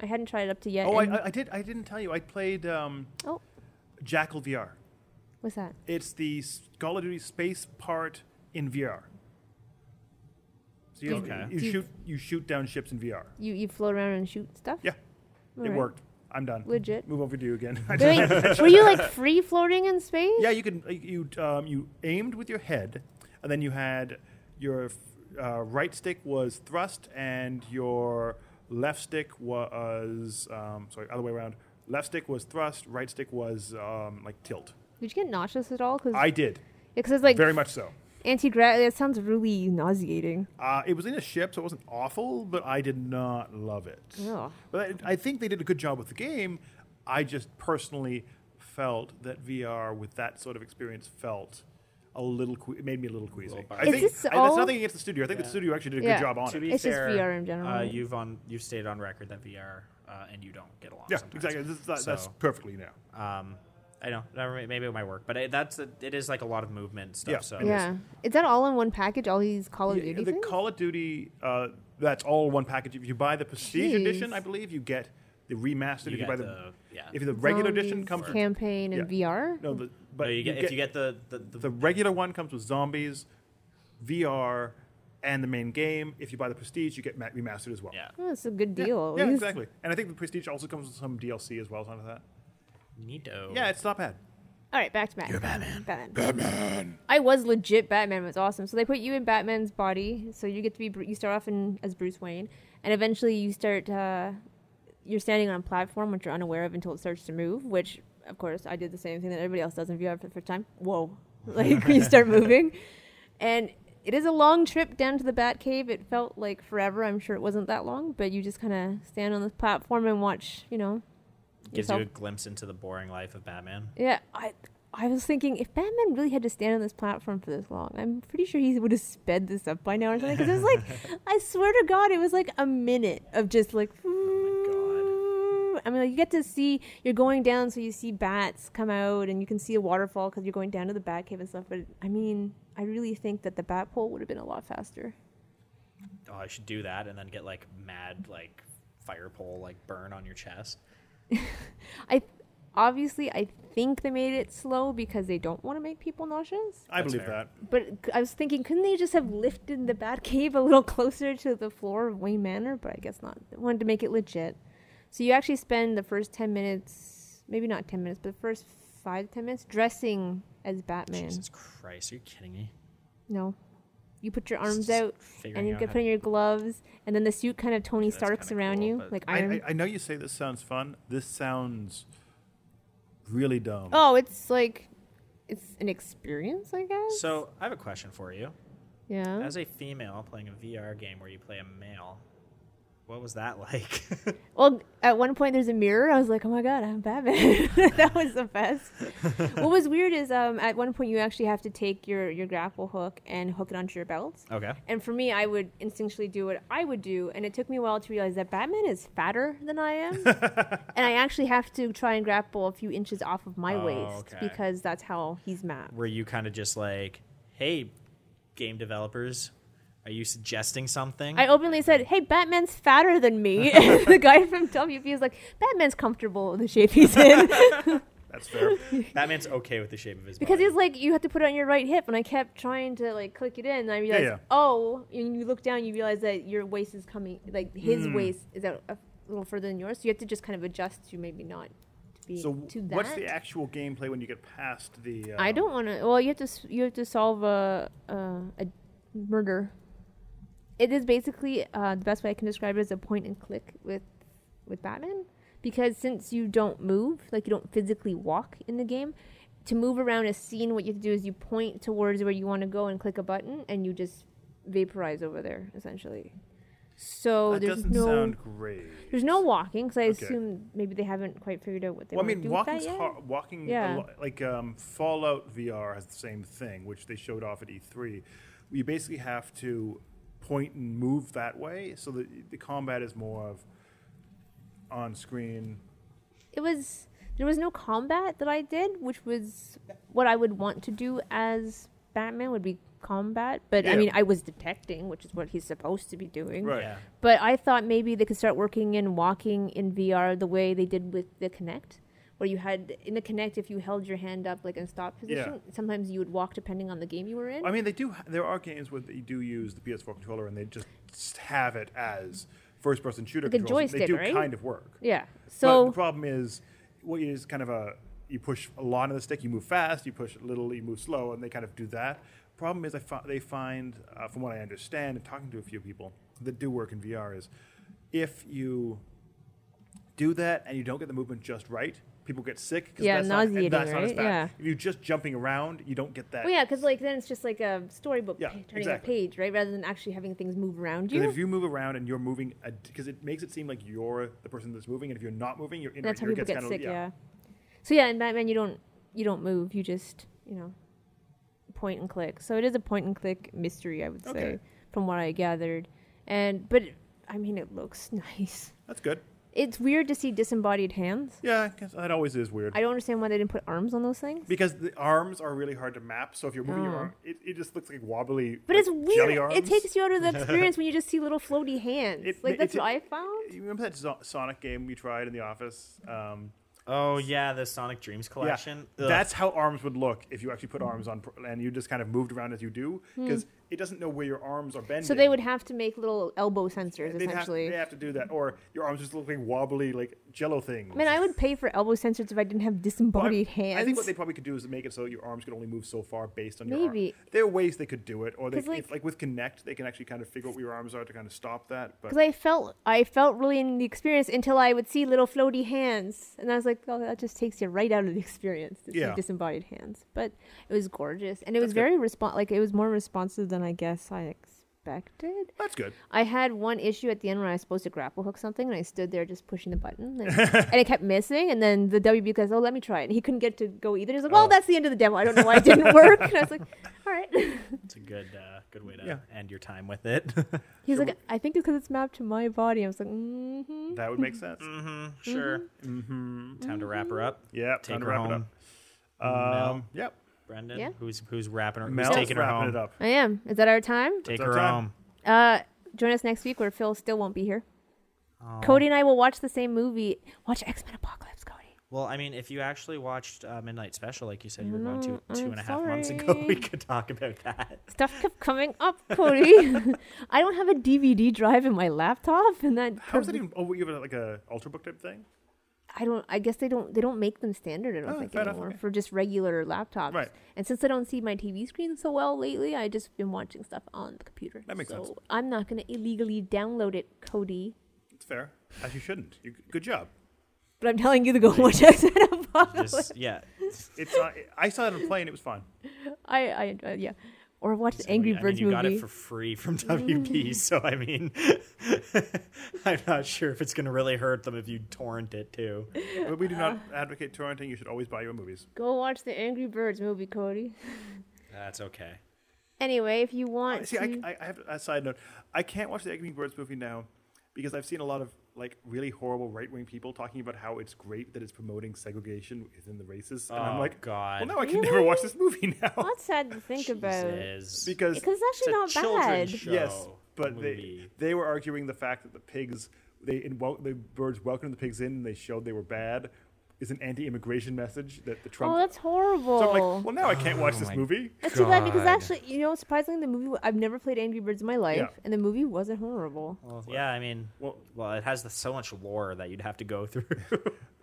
B: I hadn't tried it up to yet.
C: Oh, I,
B: and-
C: I, I did. I didn't tell you. I played um,
B: oh,
C: Jackal VR.
B: what's that?
C: It's the s- Call of Duty space part in VR. So you,
E: Okay.
C: you
B: Do you-
C: shoot you shoot down ships in VR.
B: You you float around and shoot stuff?
C: Yeah, it
B: Alright.
C: worked. I'm done.
B: Legit.
C: Move over to you again.
B: Wait, were you like free floating in space?
C: yeah, you could you um, you aimed with your head, and then you had your uh, right stick was thrust, and your left stick was um, sorry other way around. Left stick was thrust, right stick was um, like tilt.
B: Did you get nauseous at all? Because
C: I did
B: it's like
C: very much so.
B: anti-gravity. That sounds really nauseating.
C: Uh, it was in a ship, so it wasn't awful, but I did not love it.
B: Ugh.
C: But I, I think they did a good job with the game. I just personally felt that VR with that sort of experience felt a little. Que- it made me a little queasy. I
B: Is
C: think
B: this
C: I,
B: all-
C: that's nothing against the studio. I think the studio actually did a
B: Yeah.
C: good job on
E: To
C: it.
E: be
B: It's just
E: fair,
B: VR in general.
E: Uh, you've on you've stated on record that VR uh, and you don't get along.
C: yeah,
E: sometimes.
C: exactly. This is- that- That's
E: So-
C: perfectly now.
E: Um, I know that may- maybe it might work, but it, that's a, it is like a lot of movement and stuff.
C: Yeah,
E: so
C: it
B: yeah, is that all in one package? All these Call of
C: Yeah,
B: Duty
C: the
B: things?
C: Call of Duty, uh, that's all one package. If you buy the Prestige
B: Jeez.
C: Edition, I believe you get the
A: You
C: remastered. if you
A: get
C: buy the,
A: the- yeah.
C: if the regular edition
B: Zombies
C: comes with
B: campaign and
C: yeah.
B: VR.
C: no, the, but
A: no, you get, if you get the the, the,
C: the regular one comes with zombies, VR, and the main game. If you buy the Prestige, you get ma- remastered as well.
A: yeah,
B: Oh, it's a good deal. at
C: Yeah,
B: least.
C: exactly. And I think the Prestige also comes with some DLC as well, something like that.
A: Neato.
C: Yeah, it's not bad.
B: All right, back to Batman. You're Batman. Batman. Batman. I was legit Batman. It was awesome. So they put you in Batman's body. So you get to be Bru- you start off in, as Bruce Wayne, and eventually you start uh, you're standing on a platform which you're unaware of until it starts to move. Which of course I did the same thing that everybody else does in VR for the first time. Whoa! Like you start moving, and it is a long trip down to the Batcave. It felt like forever. I'm sure it wasn't that long, but you just kind of stand on this platform and watch. You know,
A: gives you
B: yourself
A: a glimpse into the boring life of Batman.
B: yeah, I I was thinking if Batman really had to stand on this platform for this long, I'm pretty sure he would have sped this up by now or something. Because it was like, I swear to God, it was like a minute of just like. I mean, like, you get to see you're going down, so you see bats come out, and you can see a waterfall because you're going down to the bat cave and stuff. But I mean, I really think that the bat pole would have been a lot faster.
A: Oh, I should do that and then get like mad like fire pole like burn on your chest.
B: I obviously I think they made it slow because they don't want to make people nauseous.
C: I
A: That's
C: believe
A: fair.
C: that.
B: But c- I was thinking, couldn't they just have lifted the Batcave a little closer to the floor of Wayne Manor? But I guess not. They wanted to make it legit. So you actually spend the first 10 minutes, maybe not 10 minutes, but the first five, 10 minutes dressing as Batman.
A: Jesus Christ, are you kidding me?
B: No. You put your arms
A: Just
B: out
A: figuring
B: and you
A: out
B: can
A: how
B: put on your gloves, and then the suit kind of Tony
A: that's
B: Starks
A: kinda
B: around
A: cool,
B: you,
A: but-
B: like
C: I,
B: Iron.
C: I, I know you say this sounds fun. This sounds really dumb.
B: oh, it's like, it's an experience, I guess.
A: So I have a question for you.
B: yeah.
A: As a female playing a VR game where you play a male, what was that like?
B: Well, at one point there's a mirror. I was like, "Oh my god, I'm Batman!" that was the best. what was weird is um, at one point you actually have to take your your grapple hook and hook it onto your belt.
A: okay.
B: And for me, I would instinctually do what I would do, and it took me a while to realize that Batman is fatter than I am, and I actually have to try and grapple a few inches off of my
A: Oh,
B: waist
A: okay.
B: because that's how he's mapped.
A: Were you kind of just like, hey, game developers, are you suggesting something?
B: I openly said, "Hey, Batman's fatter than me." And the guy from WP was like, "Batman's comfortable in the shape he's in."
C: That's fair.
A: Batman's okay with the shape of his
B: Because
A: body.
B: he's like, you have to put it on your right hip, and I kept trying to like click it in, and I realized,
C: yeah.
B: oh, and you look down, you realize that your waist is coming, like his
C: Mm.
B: waist is out a little further than yours, so you have to just kind of adjust to maybe not to be
C: so,
B: to that.
C: what's the actual gameplay when you get past the? Uh,
B: I don't want to. Well, you have to s- you have to solve a a, a murder. It is basically uh, the best way I can describe it is a point and click with with Batman because since you don't move, like you don't physically walk in the game, to move around a scene, what you have to do is you point towards where you want to go and click a button, and you just vaporize over there essentially. So
C: That
B: there's
C: doesn't
B: no
C: sound great.
B: there's no walking because I
C: Okay.
B: assume maybe they haven't quite figured out what they
C: Well, I
B: want to
C: mean,
B: do with that
C: walking's
B: yet.
C: hard, walking, a
B: Yeah.
C: lo- like um, Fallout VR has the same thing, which they showed off at E3. You basically have to point and move that way, so that the combat is more of on screen.
B: it was there was no combat that I did, which was what I would want to do as Batman would be combat. But I
C: Yeah.
B: mean, I was detecting, which is what he's supposed to be doing.
C: Right.
A: yeah.
B: But I thought maybe they could start working in walking in VR the way they did with the Connect, where you had in the Connect if you held your hand up like in stop position, sometimes you would walk depending on the game you were in.
C: I mean, they do. ha- There are games where they do use the PS4 controller, and they just s- have it as first-person shooter
B: Like a
C: controls. and
B: joystick,
C: they do
B: right?
C: kind of work.
B: yeah.
C: So
B: So
C: but the problem is, what is kind of a you push a lot of the stick, you move fast. You push little, you move slow, and they kind of do that. Problem is, I fi- they find, uh, from what I understand, and talking to a few people that do work in VR, is if you do that and you don't get the movement just right, people get sick. 'cause
B: Yeah,
C: that's not, and
B: nauseating,
C: that's not as
B: right?
C: fast.
B: Yeah.
C: If you're just jumping around, you don't get that.
B: well, yeah, because like then it's just like a storybook
C: Yeah,
B: pa- turning
C: exactly.
B: a page, right? Rather than actually having things move around you.
C: Because if you move around and you're moving, because it makes it seem like you're the person that's moving, and if you're not moving, your inner
B: that's how
C: ear
B: people
C: gets
B: get
C: kinda-
B: sick. Yeah. So yeah, in Batman, you don't you don't move. You just you know point and click. So it is a point and click mystery, I would say,
C: Okay.
B: from what I gathered. And but I mean, it looks nice.
C: that's good.
B: It- it's weird to see disembodied hands.
C: Yeah, I guess that always is weird.
B: I don't understand why they didn't put arms on those things.
C: because the arms are really hard to map, so if you're moving your arm, it, it just looks like wobbly.
B: Oh. But it's
C: like, jelly
B: weird.
C: arms.
B: It takes you out of the experience when you just see little floaty hands.
C: It-
B: like that's
C: it-
B: what I found.
C: You remember that Zo- Sonic game we tried in the office? Um,
A: Oh yeah, the Sonic Dreams
C: yeah,
A: collection. Ugh.
C: that's how arms would look if you actually put arms on, pr- and you just kind of moved around as you do, because it doesn't know where your arms are bending.
B: Hmm. So they would have to make little elbow sensors
C: They'd have,
B: essentially.
C: they have to do that, or your arms just look like wobbly, like jello things.
B: Man, I would pay for elbow sensors if I didn't have
C: But
B: disembodied hands.
C: I think what they probably could do is make it so your arms could only move so far based on your
B: Maybe.
C: arm. There are ways they could do it, or they
B: 'Cause, like-
C: if, like with Connect, they can actually kind of figure out where your arms are to kind of stop that. But
B: Because I felt I felt really in the experience until I would see little floaty hands, and I was like, "Oh, that just takes you right out of the experience to
C: Yeah.
B: see disembodied hands." But it was gorgeous, and it was
C: good.
B: very respon like it was more responsive than I guess I expected.
C: that's good.
B: I had one issue at the end when I was supposed to grapple hook something, and I stood there just pushing the button, and, and it kept missing. And then the WB guys, "Oh, let me try it," and he couldn't get to go either. He's like,
C: Oh.
B: "Well, that's the end of the demo. I don't know why it didn't work." And I was like, "All right."
A: It's a good uh, good way to
C: Yeah.
A: end your time with it.
B: He's like, "I think it's because it's mapped to my body." I was like, "Mm-hmm."
C: That would make sense.
A: sure. Time to wrap her up.
C: Yeah,
A: Take
C: Mm-hmm. time to
A: her
C: wrap it
A: home.
C: up. Um, Yep.
A: Brendan,
B: Yeah.
A: who's who's wrapping her?
C: Mel's
A: who's taking her
C: wrapping
A: home?
C: it up.
B: I am. Is that our time?
A: Take
C: That's
A: her
C: our time.
A: home.
B: Uh, join us next week where Phil still won't be here.
C: Oh.
B: Cody and I will watch the same movie. Watch X Men Apocalypse, Cody.
A: Well, I mean, if you actually watched uh, Midnight Special, like you said, you were going to
B: Mm, Mm-hmm. I'm
A: two and a half months
B: sorry.
A: ago, we could talk about that.
B: Stuff kept coming up, Cody. I don't have a DVD drive in my laptop, and that
C: How is that even? Oh, you have like a ultra book type thing,
B: I don't. I guess they don't. They don't make them standard. I don't
C: Oh,
B: think
C: fair enough,
B: anymore
C: okay.
B: for just regular laptops.
C: Right.
B: And since I don't see my TV screen so well lately, I just been watching stuff on the computer.
C: That makes
B: so
C: sense.
B: I'm not going to illegally download it, Cody.
C: it's fair. As you shouldn't. You, good job.
B: But I'm telling you to go watch X Men Apocalypse.
A: Just, yeah,
C: It's. Not, I saw it on a plane. It was fine.
B: I. I enjoyed. Yeah. Or watch the
A: So,
B: Angry
A: I mean,
B: Birds
A: you
B: movie.
A: got it for free from WB, so I mean, I'm not sure if it's going to really hurt them if you torrent it too.
C: But we do not advocate torrenting. You should always buy your own movies.
B: Go watch the Angry Birds movie, Cody.
A: That's okay.
B: Anyway, if you
A: Oh,
B: want
C: See,
B: to,
C: I, I I have a side note. I can't watch the Angry Birds movie now because I've seen a lot of like really horrible right wing people talking about how it's great that it's promoting segregation within the races, and I'm
A: Oh,
C: like,
A: God.
C: well, now I can never watch this movie now
B: that's sad to think about.
A: Oh, Jesus.
C: because
B: Because it's
A: It's a
B: actually not bad.
A: children's show.
C: yes, but
A: movie. they.
C: they they were arguing the fact that the pigs they in, wel- the birds welcomed the pigs in and they showed they were bad is an anti-immigration message that the Trump.
B: Oh, that's horrible.
C: so I'm like, well, now I can't watch this
A: my
C: movie.
B: that's too bad because
A: God.
B: actually, you know, surprisingly, the movie wa- I've never played Angry Birds in my life,
C: Yeah.
B: and the movie wasn't horrible.
A: Well, yeah, I mean, well, well, it has the, so much lore that you'd have to go through.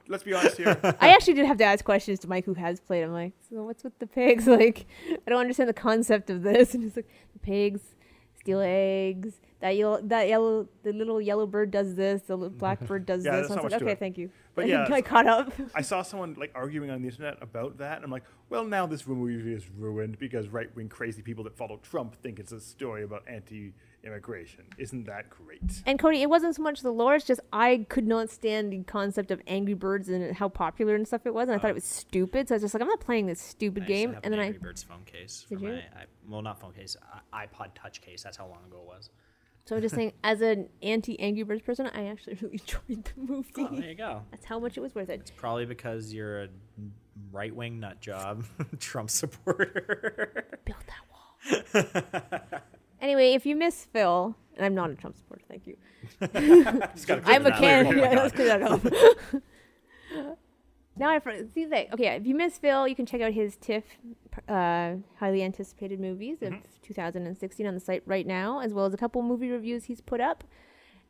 C: Let's be honest here.
B: I actually did have to ask questions to Mike, who has played. I'm like, so what's with the pigs? Like, I don't understand the concept of this. And he's like, the pigs steal eggs. That yellow, that yellow, the little yellow bird does this. The little black bird does
C: Yeah,
B: this.
C: there's
B: And I
C: not
B: was
C: much
B: like,
C: to
B: okay,
C: it.
B: thank you.
C: But
B: I
C: yeah,
B: think I
C: it's-
B: caught up.
C: I saw someone like arguing on the internet about that, and I'm like, well, now this movie is ruined because right wing crazy people that follow Trump think it's a story about anti immigration. Isn't that great?
B: And Cody, it wasn't so much the lore, it's just I could not stand the concept of Angry Birds and how popular and stuff it was, and I
C: Uh.
B: thought it was stupid. So I was just like, I'm not playing this stupid
A: I used to
B: game.
A: have
B: And then
A: an
B: I
A: Angry Birds phone case. For
B: Did you?
A: my, I, well, not phone case, I, iPod Touch case. That's how long ago it was.
B: so I'm just saying, as an anti Angry Birds person, I actually really enjoyed the movie.
A: Oh, there you go.
B: That's how much it was worth it.
A: Probably because you're a right wing nut job, Trump supporter.
B: Build that wall. anyway, if you miss Phil, and I'm not a Trump supporter, thank you. I'm a
A: that
B: can.
A: out.
B: yeah, let's clear that up. now I for- see that. Okay, if you miss Phil, you can check out his TIFF, uh, highly anticipated movies of 2016 on the site right now, as well as a couple movie reviews he's put up.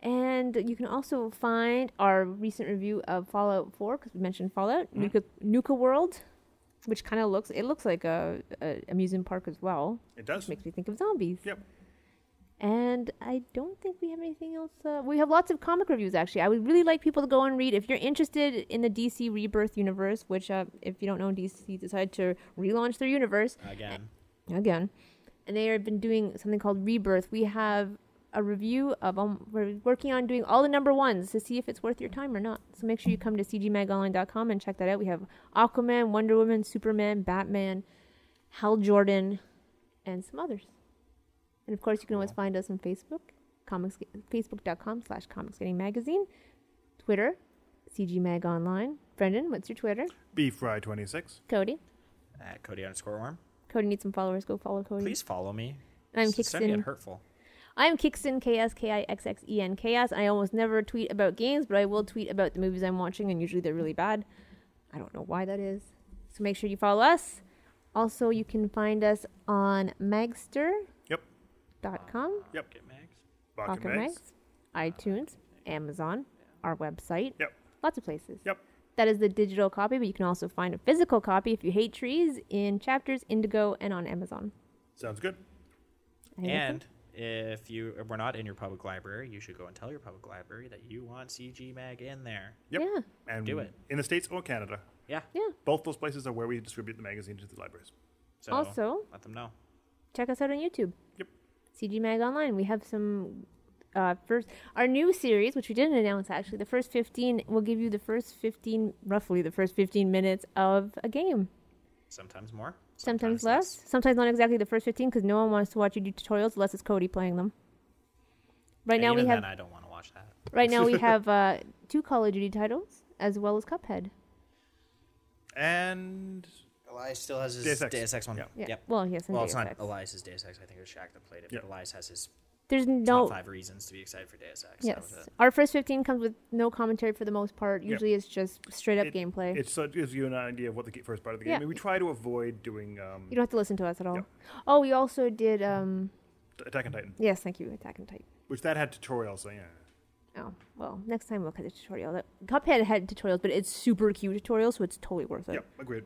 B: And you can also find our recent review of Fallout 4 because we mentioned Fallout Nuka, Nuka World, which kind of looks it looks like a, a amusement park as well.
C: It does.
B: Makes me think of zombies.
C: Yep.
B: And I don't think we have anything else. Uh, we have lots of comic reviews, actually. I would really like people to go and read. If you're interested in the DC Rebirth universe, which, uh, if you don't know, DC decided to relaunch their universe
A: Again.
B: again, and they have been doing something called Rebirth. We have a review of um, we're working on doing all the number ones to see if it's worth your time or not. So make sure you come to cgmagonline.com and check that out. We have Aquaman, Wonder Woman, Superman, Batman, Hal Jordan, and some others. And of course, you can always find us on Facebook, comics, facebook.com slash comics getting magazine. Twitter, CGMag Online. Brendan, what's your Twitter?
C: Beefry26.
B: Cody.
E: At Cody underscore Worm.
B: Cody needs some followers. Go follow Cody.
E: Please follow me.
B: I'm
E: S- Send me at
B: Kixen.
E: hurtful.
B: I'm Kixen, K S K I X X E N Chaos. I almost never tweet about games, but I will tweet about the movies I'm watching, and usually they're really bad. I don't know why that is. So make sure you follow us. Also, you can find us on magster.com,
C: Yep. Yep.
E: Get Mags.
C: Rocket
B: Pocket
C: Mags.
B: Mags, iTunes, Amazon, our website,
C: Yep.
B: lots of places.
C: Yep.
B: That is the digital copy, but you can also find a physical copy if you hate trees in Chapters, Indigo, and on Amazon.
C: Sounds good.
B: I think that's it.
E: And if you were not in your public library, you should go and tell your public library that you want CG Mag in there.
C: Yep.
B: Yeah.
C: And
E: Do it.
C: in the States or Canada.
E: Yeah.
B: yeah.
C: Both those places are where we distribute the magazine to the libraries.
E: So
B: Also-
E: let them know.
B: check us out on YouTube.
C: Yep.
B: CG Mag Online. We have some uh, first our new series, which we didn't announce actually. The first fifteen will give you the first fifteen, roughly the first fifteen minutes of a game.
E: Sometimes more.
B: Sometimes, less. Sometimes not exactly the first fifteen because no one wants to watch you do tutorials unless it's Cody playing them. Right
E: And
B: now
E: even
B: we have
E: then, I don't want to watch that.
B: right now we have uh, two Call of Duty titles as well as Cuphead.
C: And
E: Elias still has his
C: Deus Ex.
E: Deus Ex one.
C: Yeah.
B: Yeah.
E: Yep.
B: Well, yes. And
E: Well, it's
B: Deus
E: not
B: Ex.
E: Elias's Deus Ex. I think it was Shaq that played it.
C: Yeah.
E: But Elias has his
B: There's
E: top
B: no
E: five reasons to be excited for Deus Ex. That
B: yes.
E: was it.
B: Our first fifteen comes with no commentary for the most part. Usually it's just straight up
C: It-
B: gameplay.
C: it sort of gives you an idea of what the ge- first part of the game.
B: Yeah.
C: I mean, we try to avoid doing um,
B: You don't have to listen to us at all.
C: Yeah.
B: Oh, we also did. um
C: Attack on Titan,
B: Yes, thank you. Attack and Titan.
C: which that had tutorials. So yeah,
B: Oh well, next time look at the tutorial. That- Cuphead had tutorials, but it's super cute tutorial, so it's totally worth it.
C: yep, agreed.